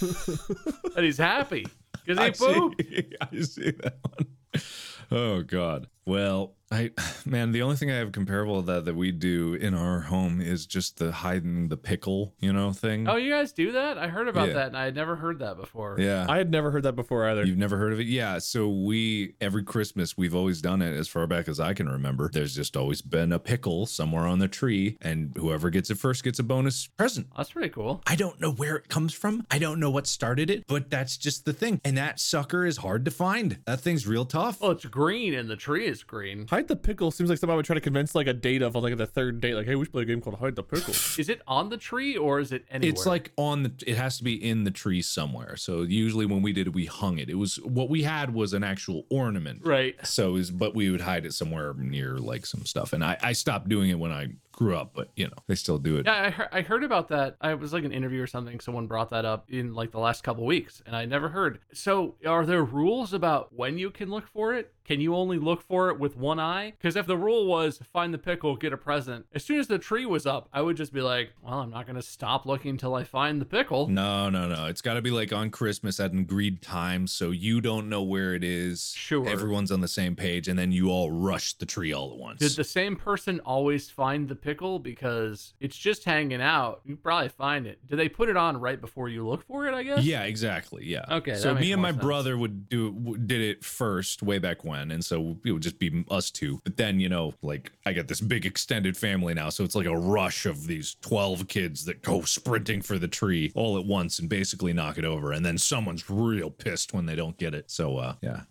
Speaker 4: and he's happy because he
Speaker 3: I, see,
Speaker 4: pooped.
Speaker 3: I see that one. Oh, God. Well, I, man, the only thing I have comparable to that that we do in our home is just the hiding the pickle, you know, thing.
Speaker 4: Oh, you guys do that? I heard about
Speaker 3: Yeah.
Speaker 4: that, and I had never heard that before.
Speaker 3: yeah.
Speaker 2: I had never heard that before either.
Speaker 3: You've never heard of it? Yeah. So we every Christmas we've always done it as far back as I can remember. There's just always been a pickle somewhere on the tree, and whoever gets it first gets a bonus present.
Speaker 4: That's pretty cool.
Speaker 3: I don't know where it comes from. I don't know what started it, but that's just the thing. And that sucker is hard to find. That thing's real tough.
Speaker 4: Well, Oh, it's green, and the tree is green.
Speaker 2: Hide the pickle seems like something I would try to convince like a date of on like the third date, like, hey, we should play a game called Hide the Pickle.
Speaker 4: Is it on the tree or is it anywhere?
Speaker 3: It's like on the. It has to be in the tree somewhere. So usually when we did it, we hung it. It was what we had was an actual ornament.
Speaker 4: right.
Speaker 3: So is but we would hide it somewhere near like some stuff. And I, I stopped doing it when I grew up, but you know, they still do it.
Speaker 4: Yeah, I, heard, I heard about that. I it was like an interview or something. Someone brought that up in like the last couple weeks, and I never heard. So, are there rules about when you can look for it? Can you only look for it with one eye? Because if the rule was find the pickle, get a present, as soon as the tree was up, I would just be like, well, I'm not gonna stop looking until I find the pickle.
Speaker 3: No, no, no. It's got to be like on Christmas at an agreed time, so you don't know where it is.
Speaker 4: Sure.
Speaker 3: Everyone's on the same page, and then you all rush the tree all at once.
Speaker 4: Did the same person always find the pickle? Because it's just hanging out. You probably find it. Do they put it on right before you look for it? I guess.
Speaker 3: yeah, exactly. Yeah.
Speaker 4: Okay, that
Speaker 3: So
Speaker 4: makes
Speaker 3: me and
Speaker 4: more
Speaker 3: my
Speaker 4: sense.
Speaker 3: brother would do w- did it first way back when, and so it would just be us two. But then you know, like I got this big extended family now, so it's like a rush of these twelve kids that go sprinting for the tree all at once and basically knock it over, and then someone's real pissed when they don't get it. So uh, yeah,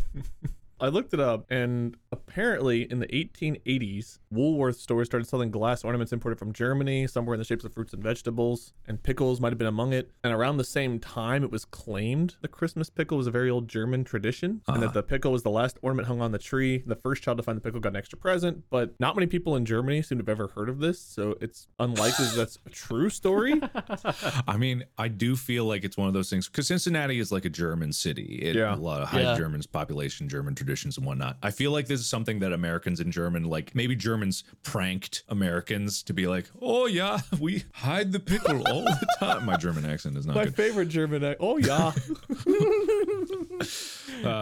Speaker 2: I looked it up, and apparently in the 1880s, Woolworth stores started selling glass ornaments imported from Germany, somewhere in the shapes of fruits and vegetables, and pickles might have been among it. And around the same time, it was claimed the Christmas pickle was a very old German tradition, and that the pickle was the last ornament hung on the tree. The first child to find the pickle got an extra present, but not many people in Germany seem to have ever heard of this, so it's unlikely that's a true story.
Speaker 3: I mean, I do feel like it's one of those things because Cincinnati is like a German city. It,
Speaker 2: Yeah.
Speaker 3: A lot of high
Speaker 4: Yeah.
Speaker 3: Germans, population, German traditions, and whatnot. I feel like this is something that Americans and German, like maybe Germans pranked Americans to be like, oh, yeah, we hide the pickle all the time. My German accent is not
Speaker 2: My
Speaker 3: good.
Speaker 2: favorite German. act- Oh yeah.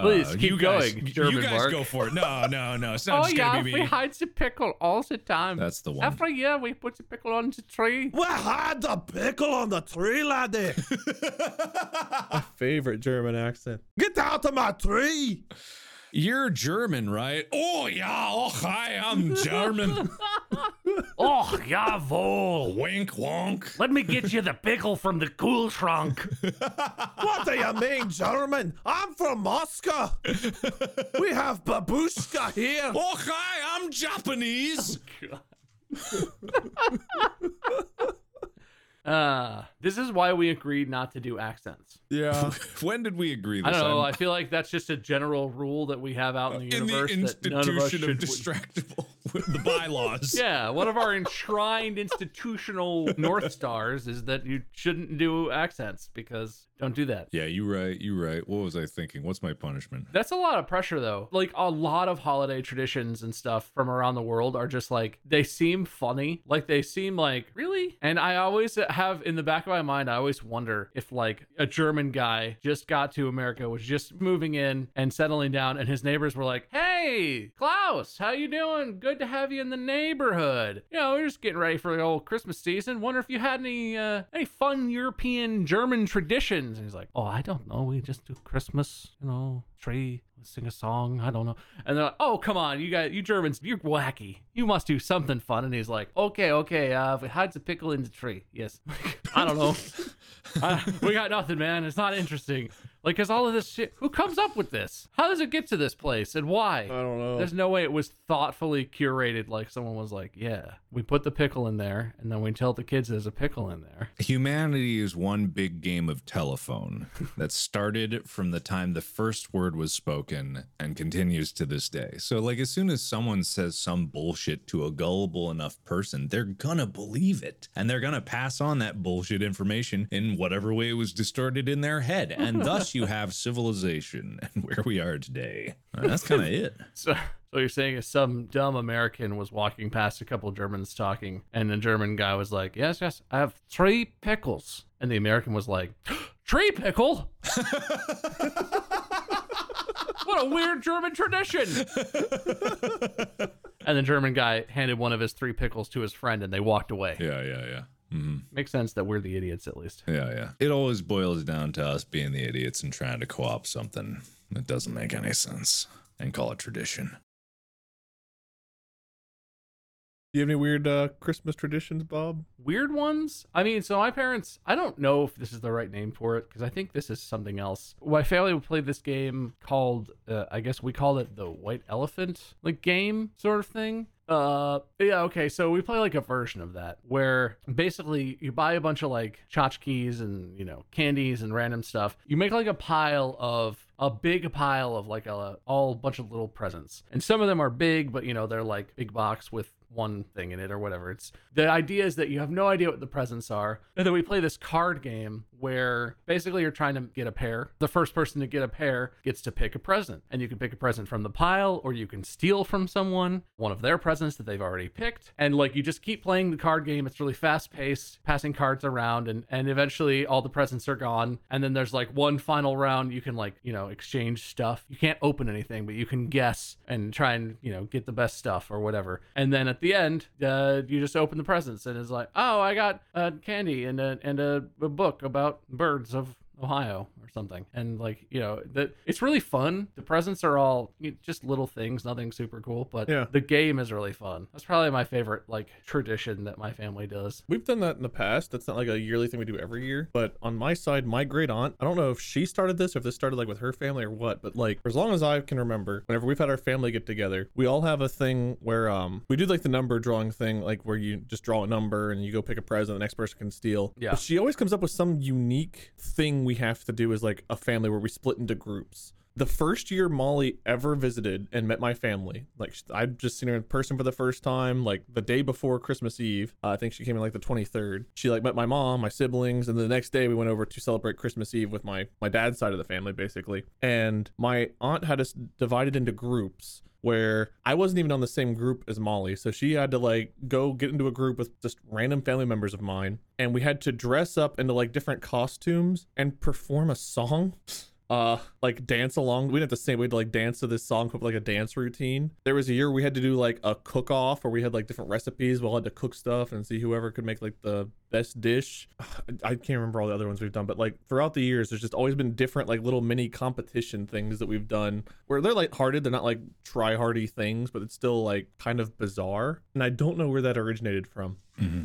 Speaker 4: Please
Speaker 3: Uh,
Speaker 4: keep
Speaker 3: you guys-
Speaker 4: going.
Speaker 3: you
Speaker 4: German
Speaker 3: guys
Speaker 4: Mark.
Speaker 3: go for it. No, no, no. It's not
Speaker 4: Oh
Speaker 3: just
Speaker 4: yeah,
Speaker 3: going to be
Speaker 4: we
Speaker 3: me.
Speaker 4: hide the pickle all the time.
Speaker 3: That's the one.
Speaker 4: Every year we put the pickle on the tree.
Speaker 2: We hide the pickle on the tree, laddie. My favorite German accent. Get out of my tree.
Speaker 3: You're German, right? Oh, yeah. Oh, hi. I'm German. Oh,
Speaker 4: Oh jawohl!
Speaker 3: wink, wonk.
Speaker 4: Let me get you the pickle from the cool trunk.
Speaker 2: What do you mean, German? I'm from Moscow. we have babushka here.
Speaker 3: Oh, hi. I'm Japanese.
Speaker 4: Uh, this is why we agreed not to do accents.
Speaker 2: Yeah.
Speaker 3: when did we agree
Speaker 4: I
Speaker 3: this?
Speaker 4: don't know.
Speaker 3: I'm-
Speaker 4: I feel like that's just a general rule that we have out in the
Speaker 3: in the
Speaker 4: universe that none of us
Speaker 3: institution
Speaker 4: should.
Speaker 3: of, distractible with the bylaws.
Speaker 4: yeah, one of our enshrined institutional north stars is that you shouldn't do accents because don't do that.
Speaker 3: Yeah, you right, you right. What was I thinking? What's my punishment?
Speaker 4: That's a lot of pressure, though. Like, a lot of holiday traditions and stuff from around the world are just like, they seem funny. Like, they seem like, really? And I always have in the back of my mind, I always wonder if, like, a German guy just got to America, was just moving in and settling down, and his neighbors were like, hey, Klaus, how you doing? Good to have you in the neighborhood. You know, we're just getting ready for the old Christmas season. Wonder if you had any, uh, any fun European German traditions. And he's like, oh, I don't know. We just do Christmas, you know, tree. sing a song. I don't know. And they're like, oh, come on, you guys, you Germans, you're wacky. You must do something fun. And he's like, okay, okay, uh, if it hides a pickle in the tree. Yes. I don't know. I, we got nothing, man. It's not interesting. Like, cause all of this shit. Who comes up with this? How does it get to this place, and why?
Speaker 2: I don't know.
Speaker 4: There's no way it was thoughtfully curated. Like someone was like, "Yeah, we put the pickle in there, and then we tell the kids there's a pickle in there."
Speaker 3: Humanity is one big game of telephone that started from the time the first word was spoken and continues to this day. So, like, as soon as someone says some bullshit to a gullible enough person, they're gonna believe it and they're gonna pass on that bullshit information in whatever way it was distorted in their head. And thus, you have civilization and where we are today. Uh, That's kind of it.
Speaker 4: So, so you're saying is some dumb American was walking past a couple Germans talking, and the German guy was like, "Yes, yes, I have three pickles," and the American was like, "Tree pickle." What a weird German tradition. and the German guy handed one of his three pickles to his friend and they walked away.
Speaker 3: Yeah, yeah, yeah. hmm
Speaker 4: Makes sense that we're the idiots at least.
Speaker 3: Yeah, yeah. It always boils down to us being the idiots and trying to co op something that doesn't make any sense and call it tradition.
Speaker 2: Do you have any weird uh, Christmas traditions, Bob?
Speaker 4: weird ones. I mean, so my parents, I don't know if this is the right name for it because I think this is something else. My family would play this game called, uh, I guess we called it the White Elephant, like game sort of thing. Uh, yeah, okay. So we play like a version of that where basically you buy a bunch of like tchotchkes and, you know, candies and random stuff. You make like a pile of a big pile of like a all bunch of little presents. And some of them are big, but you know, they're like big box with one thing in it or whatever. It's the idea is that you have no idea what the presents are. And then we play this card game where basically you're trying to get a pair. The first person to get a pair gets to pick a present. And you can pick a present from the pile or you can steal from someone one of their presents that they've already picked. And like you just keep playing the card game. It's really fast paced, passing cards around and and eventually all the presents are gone. And then there's like one final round you can like, you know, exchange stuff. You can't open anything, but you can guess and try and, you know, get the best stuff or whatever. And then at the end, uh, you just open the presents and it's like, oh, I got uh, candy and a, and a, a book about birds of Ohio or something. And like, you know, that it's really fun. The presents are all you know, just little things, nothing super cool, but
Speaker 2: Yeah.
Speaker 4: the game is really fun. That's probably my favorite like tradition that my family does.
Speaker 2: We've done that in the past. That's not like a yearly thing we do every year. But on my side, my great aunt, I don't know if she started this or if this started like with her family or what, but like for as long as I can remember, whenever we've had our family get together, we all have a thing where um we do like the number drawing thing, like where you just draw a number and you go pick a present the next person can steal.
Speaker 4: Yeah.
Speaker 2: But she always comes up with some unique thing we have to do as like a family where we split into groups the first year Molly ever visited and met my family, like sh- I'd just seen her in person for the first time, like the day before Christmas Eve. Uh, I think she came in like the 23rd. She like met my mom, my siblings, and the next day we went over to celebrate Christmas Eve with my my dad's side of the family, basically. And my aunt had us divided into groups where I wasn't even on the same group as Molly. So she had to like go get into a group with just random family members of mine. And we had to dress up into like different costumes and perform a song. Uh, like dance along. We didn't have to sing. We had to like dance to this song, come up with, like a dance routine. There was a year we had to do like a cook off where we had like different recipes. We all had to cook stuff and see whoever could make like the best dish. I can't remember all the other ones we've done, but like throughout the years, there's just always been different like little mini competition things that we've done where they're lighthearted. They're not like try hardy things, but it's still like kind of bizarre. And I don't know where that originated from.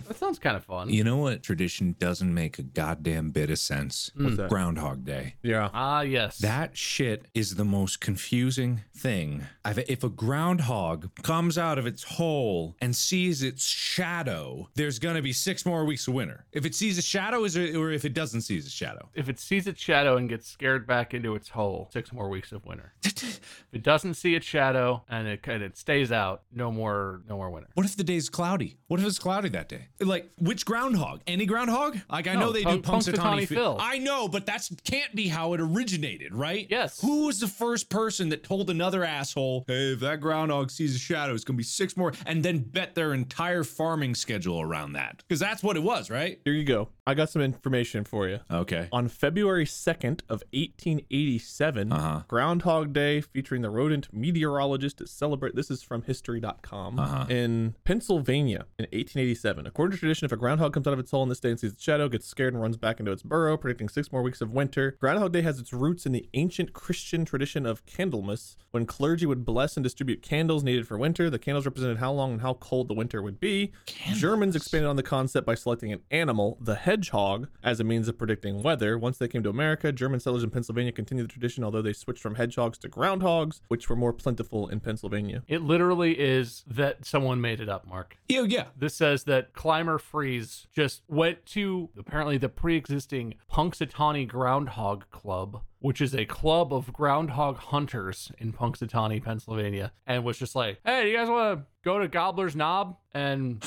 Speaker 4: That sounds kind of fun.
Speaker 3: You know what tradition doesn't make a goddamn bit of sense?
Speaker 4: What's
Speaker 2: that?
Speaker 3: Groundhog Day.
Speaker 2: Yeah.
Speaker 4: Ah, yes.
Speaker 3: That shit is the most confusing thing. I've, if a groundhog comes out of its hole and sees its shadow, there's gonna be six more weeks of winter. If it sees a shadow, is it, or if it doesn't see a shadow.
Speaker 4: if it sees its shadow and gets scared back into its hole, six more weeks of winter. if it doesn't see its shadow and it and it stays out, no more no more winter.
Speaker 3: What if the day's cloudy? What if it's cloudy that day? Like which groundhog? Any groundhog? Like I
Speaker 4: No,
Speaker 3: know they do
Speaker 4: Punk-
Speaker 3: Punxsutawney
Speaker 4: Punxsutawney
Speaker 3: Phil.
Speaker 4: Phil.
Speaker 3: I know, but that's can't be how it originated, right?
Speaker 4: Yes.
Speaker 3: Who was the first person that told another asshole, "Hey, if that groundhog sees a shadow, it's gonna be six more," and then bet their entire farming schedule around that? Because that's what it was, laws, right?
Speaker 2: Here you go. I got some information for you.
Speaker 3: Okay.
Speaker 2: On February 2nd of 1887,
Speaker 3: Uh-huh.
Speaker 2: Groundhog Day featuring the rodent meteorologist at Celebrate. This is from history.com.
Speaker 3: Uh-huh.
Speaker 2: In Pennsylvania in 1887, according to tradition, if a groundhog comes out of its hole on this day and sees its shadow, gets scared and runs back into its burrow, predicting six more weeks of winter. Groundhog Day has its roots in the ancient Christian tradition of Candlemas, when clergy would bless and distribute candles needed for winter. The candles represented how long and how cold the winter would be. Germans expanded on the concept by selecting an animal, the hedgehog, as a means of predicting weather. Once they came to America, German settlers in Pennsylvania continued the tradition, although they switched from hedgehogs to groundhogs, which were more plentiful in Pennsylvania.
Speaker 4: It literally is that someone made it up, Mark.
Speaker 3: Yeah, yeah.
Speaker 4: This says that Climber Freeze just went to apparently the pre existing Punxsutawney Groundhog Club, which is a club of groundhog hunters in Punxsutawney, Pennsylvania, and was just like, hey, you guys want to go to Gobbler's Knob and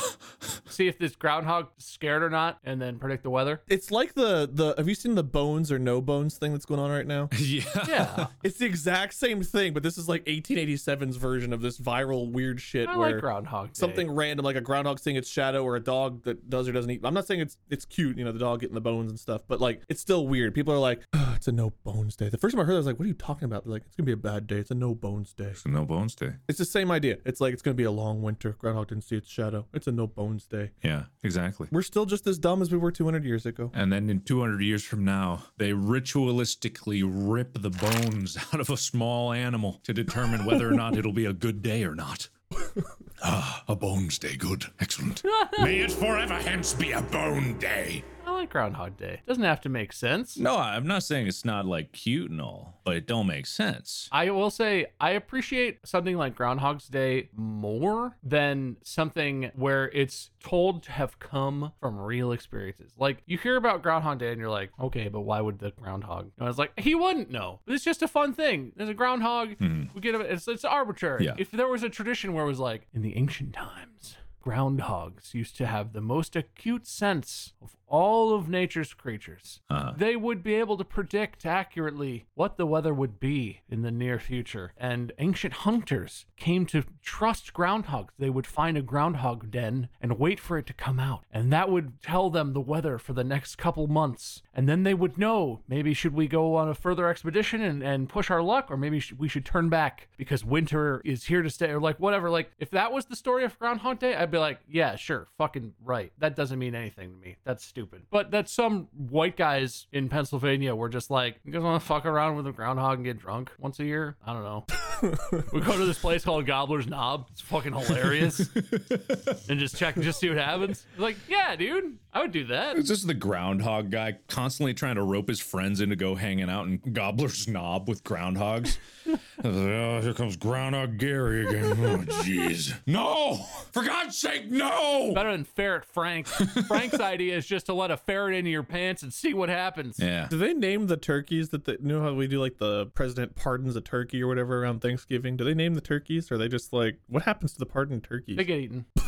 Speaker 4: see if this groundhog is scared or not and then predict the weather?
Speaker 2: It's like the the have you seen the bones or no bones thing that's going on right now?
Speaker 3: Yeah.
Speaker 4: Yeah.
Speaker 2: It's the exact same thing, but this is like 1887's version of this viral weird shit
Speaker 4: I
Speaker 2: where
Speaker 4: like Groundhog Day.
Speaker 2: something random like a groundhog seeing its shadow or a dog that does or doesn't eat. I'm not saying it's it's cute, you know, the dog getting the bones and stuff, but like it's still weird. People are like, "Ugh, it's a no bones day. The first time I heard, that, I was like, what are you talking about? They're like, it's gonna be a bad day. It's a no bones day.
Speaker 3: No bones day.
Speaker 2: It's the same idea. It's like it's gonna be a long winter. Groundhog didn't see its shadow. It's a no bones day.
Speaker 3: Yeah, exactly.
Speaker 2: We're still just as dumb as we were 200 years ago.
Speaker 3: And then in 200 years from now, they ritualistically rip the bones out of a small animal to determine whether or not it'll be a good day or not. ah, a bones day, good. Excellent. May it forever hence be a bone day.
Speaker 4: I like Groundhog Day. Doesn't have to make sense.
Speaker 3: No, I'm not saying it's not like cute and all, but it don't make sense.
Speaker 4: I will say I appreciate something like Groundhog's Day more than something where it's told to have come from real experiences. Like you hear about Groundhog Day and you're like, okay, but why would the groundhog? And I was like, he wouldn't know. It's just a fun thing. There's a groundhog. We get a, it's it's arbitrary.
Speaker 3: Yeah.
Speaker 4: If there was a tradition where it was like in the ancient times. Groundhogs used to have the most acute sense of all of nature's creatures they would be able to predict accurately what the weather would be in the near future. And ancient hunters came to trust groundhogs. They would find a groundhog den and wait for it to come out. And that would tell them the weather for the next couple months. And then they would know maybe should we go on a further expedition and, and push our luck, or maybe sh- we should turn back because winter is here to stay, or like whatever. Like, if that was the story of Groundhog Day, I'd be like, yeah, sure, fucking right. That doesn't mean anything to me. That's stupid. But that some white guys in Pennsylvania were just like, you guys want to fuck around with a groundhog and get drunk once a year? I don't know. we go to this place called Gobbler's Knob. It's fucking hilarious. and just check, just see what happens. Like, yeah, dude, I would do that.
Speaker 3: Is this the groundhog guy constantly trying to rope his friends into go hanging out in Gobbler's Knob with groundhogs? oh, here comes Groundhog Gary again. Oh, jeez. No! For God's sake, no!
Speaker 4: Better than Ferret Frank. Frank's idea is just to let a ferret into your pants and see what happens.
Speaker 3: Yeah.
Speaker 2: Do they name the turkeys that the, you know how we do like the president pardons a turkey or whatever around Thanksgiving? Do they name the turkeys or are they just like what happens to the pardoned turkeys?
Speaker 4: They get eaten.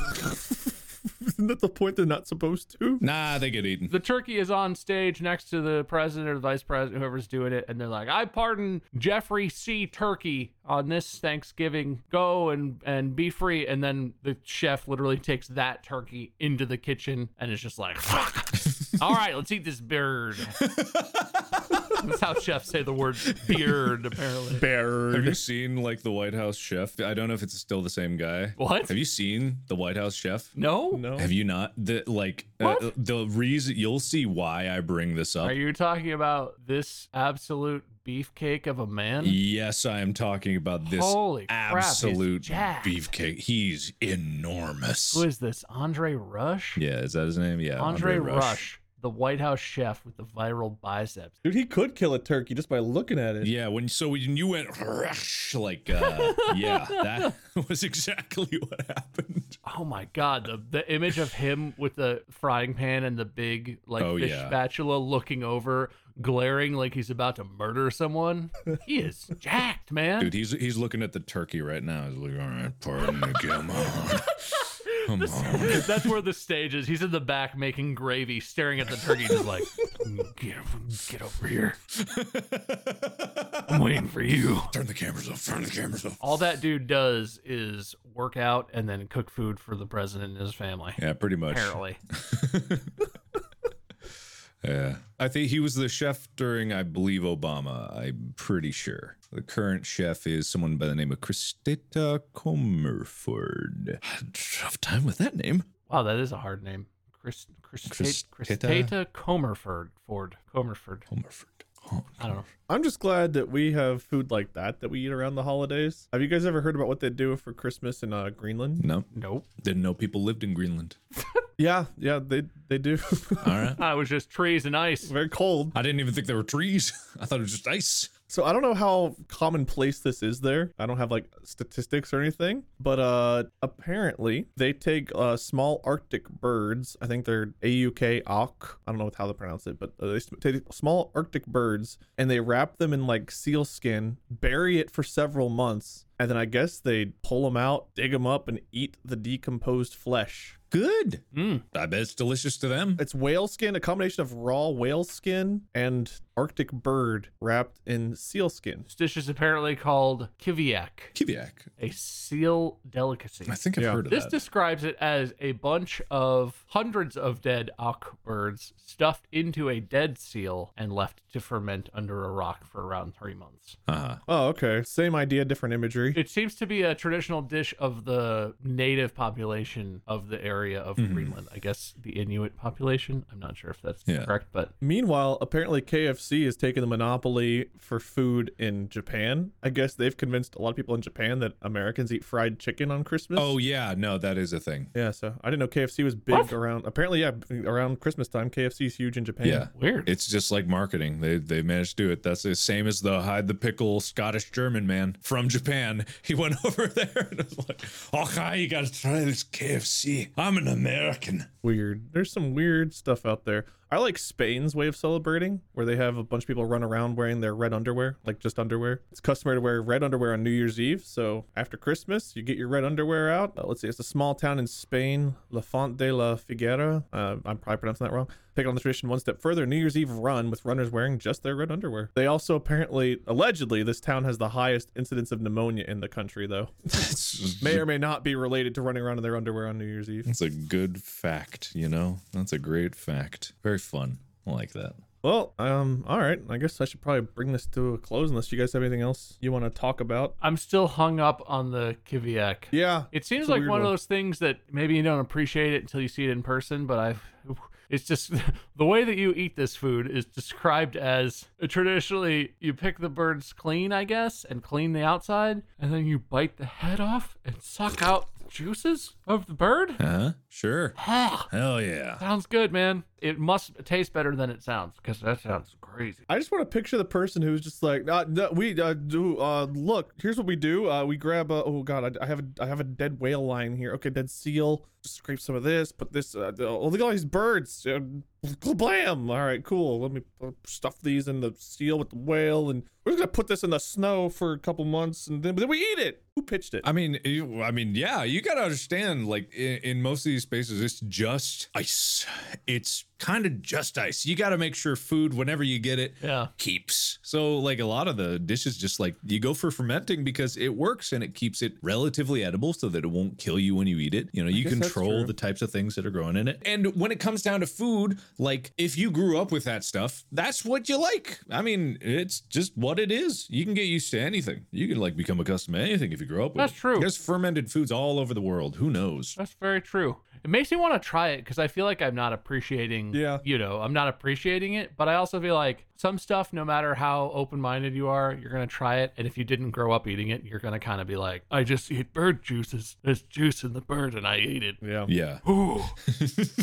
Speaker 2: Isn't that the point they're not supposed to?
Speaker 3: Nah, they get eaten.
Speaker 4: The turkey is on stage next to the president or the vice president, whoever's doing it, and they're like, "I pardon Jeffrey C. Turkey on this Thanksgiving. Go and and be free." And then the chef literally takes that turkey into the kitchen and is just like, "Fuck." All right, let's eat this beard. That's how chefs say the word beard, apparently.
Speaker 3: Have you seen like the White House chef? I don't know if it's still the same guy.
Speaker 4: What?
Speaker 3: Have you seen the White House chef?
Speaker 4: No?
Speaker 2: No.
Speaker 3: Have you not? The like uh, the reason you'll see why I bring this up.
Speaker 4: Are you talking about this absolute beefcake of a man?
Speaker 3: Yes, I am talking about this
Speaker 4: Holy crap, he's
Speaker 3: absolute
Speaker 4: jacked.
Speaker 3: beefcake. He's enormous.
Speaker 4: Who is this? Andre Rush?
Speaker 3: Yeah, is that his name? Yeah,
Speaker 4: Andre, Rush. the White House chef with the viral biceps.
Speaker 2: Dude, he could kill a turkey just by looking at it.
Speaker 3: Yeah, when so when you went rush like uh yeah, that was exactly what happened.
Speaker 4: Oh my god, the the image of him with the frying pan and the big like
Speaker 3: Oh,
Speaker 4: fish
Speaker 3: yeah.
Speaker 4: spatula looking over, glaring like he's about to murder someone. he is jacked, man.
Speaker 3: Dude, he's he's looking at the turkey right now. He's like, all right, pardon me, come on. Come on.
Speaker 4: That's where the stage is. He's in the back making gravy, staring at the turkey, just like, "Mm, get, get over here. I'm waiting for you.
Speaker 3: Turn the cameras off. Turn the cameras off.
Speaker 4: All that dude does is work out and then cook food for the president and his family.
Speaker 3: Yeah, pretty much.
Speaker 4: Apparently.
Speaker 3: Yeah. I think he was the chef during, I believe, Obama. I'm pretty sure. The current chef is someone by the name of Christita Comerford. Had a Tough time with that name.
Speaker 4: Wow, that is a hard name. Chris, Chris,
Speaker 3: Christita?
Speaker 4: Christata Comerford, Ford, Comerford.
Speaker 3: Comerford. Oh,
Speaker 4: I don't know.
Speaker 2: I'm just glad that we have food like that that we eat around the holidays. Have you guys ever heard about what they do for Christmas in uh, Greenland?
Speaker 3: no.
Speaker 4: Nope.
Speaker 3: Didn't know people lived in Greenland.
Speaker 2: Yeah, yeah, they they do.
Speaker 3: All right.
Speaker 4: I was just trees and ice.
Speaker 2: Very cold.
Speaker 3: I didn't even think there were trees. I thought it was just ice.
Speaker 2: So I don't know how commonplace this is there. I don't have like statistics or anything, but uh apparently they take uh small arctic birds. I think they're AUK auk. I don't know how to pronounce it, but uh, they s- take small arctic birds and they wrap them in like seal skin, bury it for several months, and then I guess they pull them out, dig them up and eat the decomposed flesh.
Speaker 3: Good. Mm. I bet it's delicious to them.
Speaker 2: It's whale skin, a combination of raw whale skin and arctic bird wrapped in seal skin.
Speaker 4: This dish is apparently called kiviak,
Speaker 3: Kiviak.
Speaker 4: a seal delicacy.
Speaker 3: I think I've heard of
Speaker 4: This
Speaker 3: that.
Speaker 4: describes it as a bunch of hundreds of dead auk birds stuffed into a dead seal and left to ferment under a rock for around three months.
Speaker 3: uh-huh.
Speaker 2: Oh, okay. Same idea, different imagery.
Speaker 4: It seems to be a traditional dish of the native population of the area of
Speaker 2: Mm-hmm.
Speaker 4: Greenland. I guess the Inuit population. I'm not sure if that's
Speaker 3: Yeah.
Speaker 4: correct, but
Speaker 2: Meanwhile, apparently KFC is taking the monopoly for food in Japan. I guess they've convinced a lot of people in Japan that Americans eat fried chicken on Christmas.
Speaker 3: Oh, yeah. No, that is a thing.
Speaker 2: yeah. So I didn't know KFC was big around. Apparently, yeah, around Christmas time, KFC is huge in Japan.
Speaker 3: Yeah.
Speaker 4: weird.
Speaker 3: It's just like marketing. They they managed to do it. That's the same as the hide the pickle Scottish German man from Japan. He went over there and was like, "Oh, hi, you gotta try this KFC. I'm an American."
Speaker 2: Weird. There's some weird stuff out there. I like Spain's way of celebrating, where they have a bunch of people run around wearing their red underwear, like just underwear. It's customary to wear red underwear on New Year's Eve. So after Christmas, you get your red underwear out. Uh, let's see, it's a small town in Spain, La Font de la Figuera. Uh, I'm probably pronouncing that wrong. Take on the tradition one step further. New Year's Eve run with runners wearing just their red underwear. They also apparently, allegedly, this town has the highest incidence of pneumonia in the country, though.
Speaker 3: It's,
Speaker 2: may or may not be related to running around in their underwear on New Year's Eve.
Speaker 3: it's a good fact, you know. That's a great fact. Very fun. I like that.
Speaker 2: Well, um, all right. I guess I should probably bring this to a close unless you guys have anything else you want to talk about.
Speaker 4: I'm still hung up on the kiviak.
Speaker 2: Yeah.
Speaker 4: It seems
Speaker 2: it's a
Speaker 4: like
Speaker 2: weird
Speaker 4: one, of those things that maybe you don't appreciate it until you see it in person, but I it's just the way that you eat this food is described as traditionally you pick the birds clean, I guess, and clean the outside, and then you bite the head off and suck out the juices of the bird.
Speaker 3: Huh? Uh-huh. Sure.
Speaker 4: Ah,
Speaker 3: Hell yeah.
Speaker 4: sounds good, man. It must taste better than it sounds because that sounds crazy.
Speaker 2: I just want to picture the person who's just like, uh, no, we uh, do. Uh, look, here's what we do. Uh, we grab a. Oh God, I, I have a, I have a dead whale line here. Okay, dead seal. Just scrape some of this. Put this. Uh, oh, look at all these birds. Uh, blam. All right, cool. Let me uh, stuff these in the seal with the whale, and we're gonna put this in the snow for a couple months, and then, then we eat it. Who pitched it?
Speaker 3: I mean, you, I mean, yeah, you gotta understand. Like in, in most of these spaces, it's just ice. It's kind of just ice. You gotta make sure food, whenever you get it,
Speaker 4: Yeah.
Speaker 3: keeps. So like a lot of the dishes, just like you go for fermenting because it works and it keeps it relatively edible, so that it won't kill you when you eat it. You know, you
Speaker 2: guess that's
Speaker 3: control
Speaker 2: true.
Speaker 3: the types of things that are growing in it. And when it comes down to food, like if you grew up with that stuff, that's what you like. I mean, it's just what it is. You can get used to anything. You can like become accustomed to anything if you grow up with.
Speaker 4: That's
Speaker 3: it.
Speaker 4: true.
Speaker 3: There's fermented foods all over the world. Who knows?
Speaker 4: That's very true. It makes me want to try it because I feel like I'm not appreciating.
Speaker 2: Yeah.
Speaker 4: You know, I'm not appreciating it, but I also feel like some stuff, no matter how open-minded you are, you're gonna try it, and if you didn't grow up eating it, you're gonna kind of be like, I just eat bird juices. There's juice in the bird, and I ate it.
Speaker 2: yeah,
Speaker 3: Yeah.
Speaker 4: Ooh.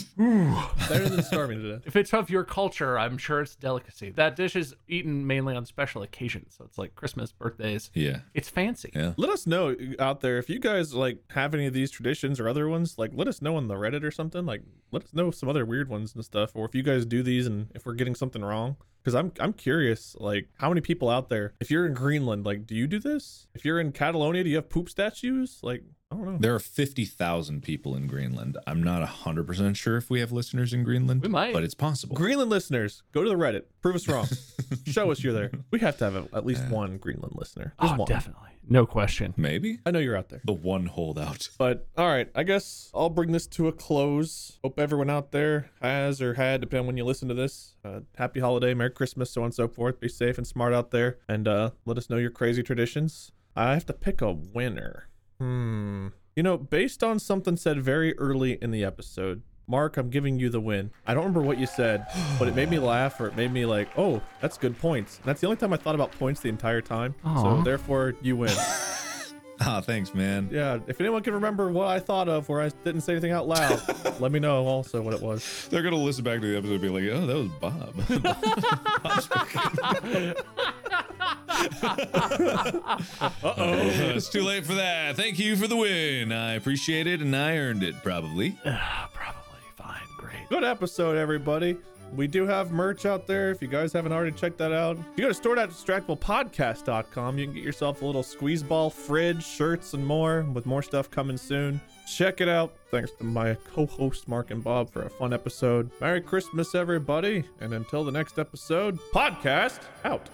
Speaker 2: better than starving to death.
Speaker 4: If it's of your culture, I'm sure it's a delicacy. That dish is eaten mainly on special occasions, so it's like Christmas, birthdays.
Speaker 3: Yeah.
Speaker 4: It's fancy.
Speaker 3: Yeah.
Speaker 2: Let us know uh, out there if you guys like have any of these traditions or other ones. Like, let us know on the Reddit or something. Like, let us know some other weird ones and stuff, or if you guys do these and if we're getting something wrong. Because I'm I'm curious, like, how many people out there? If you're in Greenland, like, do you do this? If you're in Catalonia, do you have poop statues? Like, I don't know.
Speaker 3: There are 50,000 people in Greenland. I'm not 100% sure if we have listeners in Greenland,
Speaker 4: We might.
Speaker 3: but it's possible.
Speaker 2: Greenland listeners, go to the Reddit. Prove us wrong. Show us you're there. We have to have at least one Greenland listener. Just
Speaker 4: Oh,
Speaker 2: one.
Speaker 4: definitely. No question.
Speaker 3: Maybe
Speaker 2: I know you're out there.
Speaker 3: the one holdout.
Speaker 2: But all right, I guess I'll bring this to a close. Hope everyone out there has or had, depending on when you listen to this, uh, happy holiday, Merry Christmas, so on and so forth. Be safe and smart out there, and uh, let us know your crazy traditions. I have to pick a winner. Hmm. You know, based on something said very early in the episode, Mark, I'm giving you the win. I don't remember what you said, but it made me laugh, or it made me like, oh, that's good points. And that's the only time I thought about points the entire time. So
Speaker 4: Aw.
Speaker 2: therefore, you win.
Speaker 3: Ah, thanks, man.
Speaker 2: Yeah, if anyone can remember what I thought of where I didn't say anything out loud, let me know also what it was.
Speaker 3: They're going to listen back to the episode and be like, oh, that was Bob. Uh oh. it's too late for that. Thank you for the win. I appreciate it and I earned it, probably.
Speaker 4: Ah, probably. Fine. Great.
Speaker 2: Good episode, everybody. We do have merch out there. If you guys haven't already checked that out, if you go to store.distractablepodcast.com, you can get yourself a little squeeze ball fridge, shirts, and more, with more stuff coming soon. Check it out. Thanks to my co host Mark and Bob for a fun episode. Merry Christmas, everybody. And until the next episode, podcast out.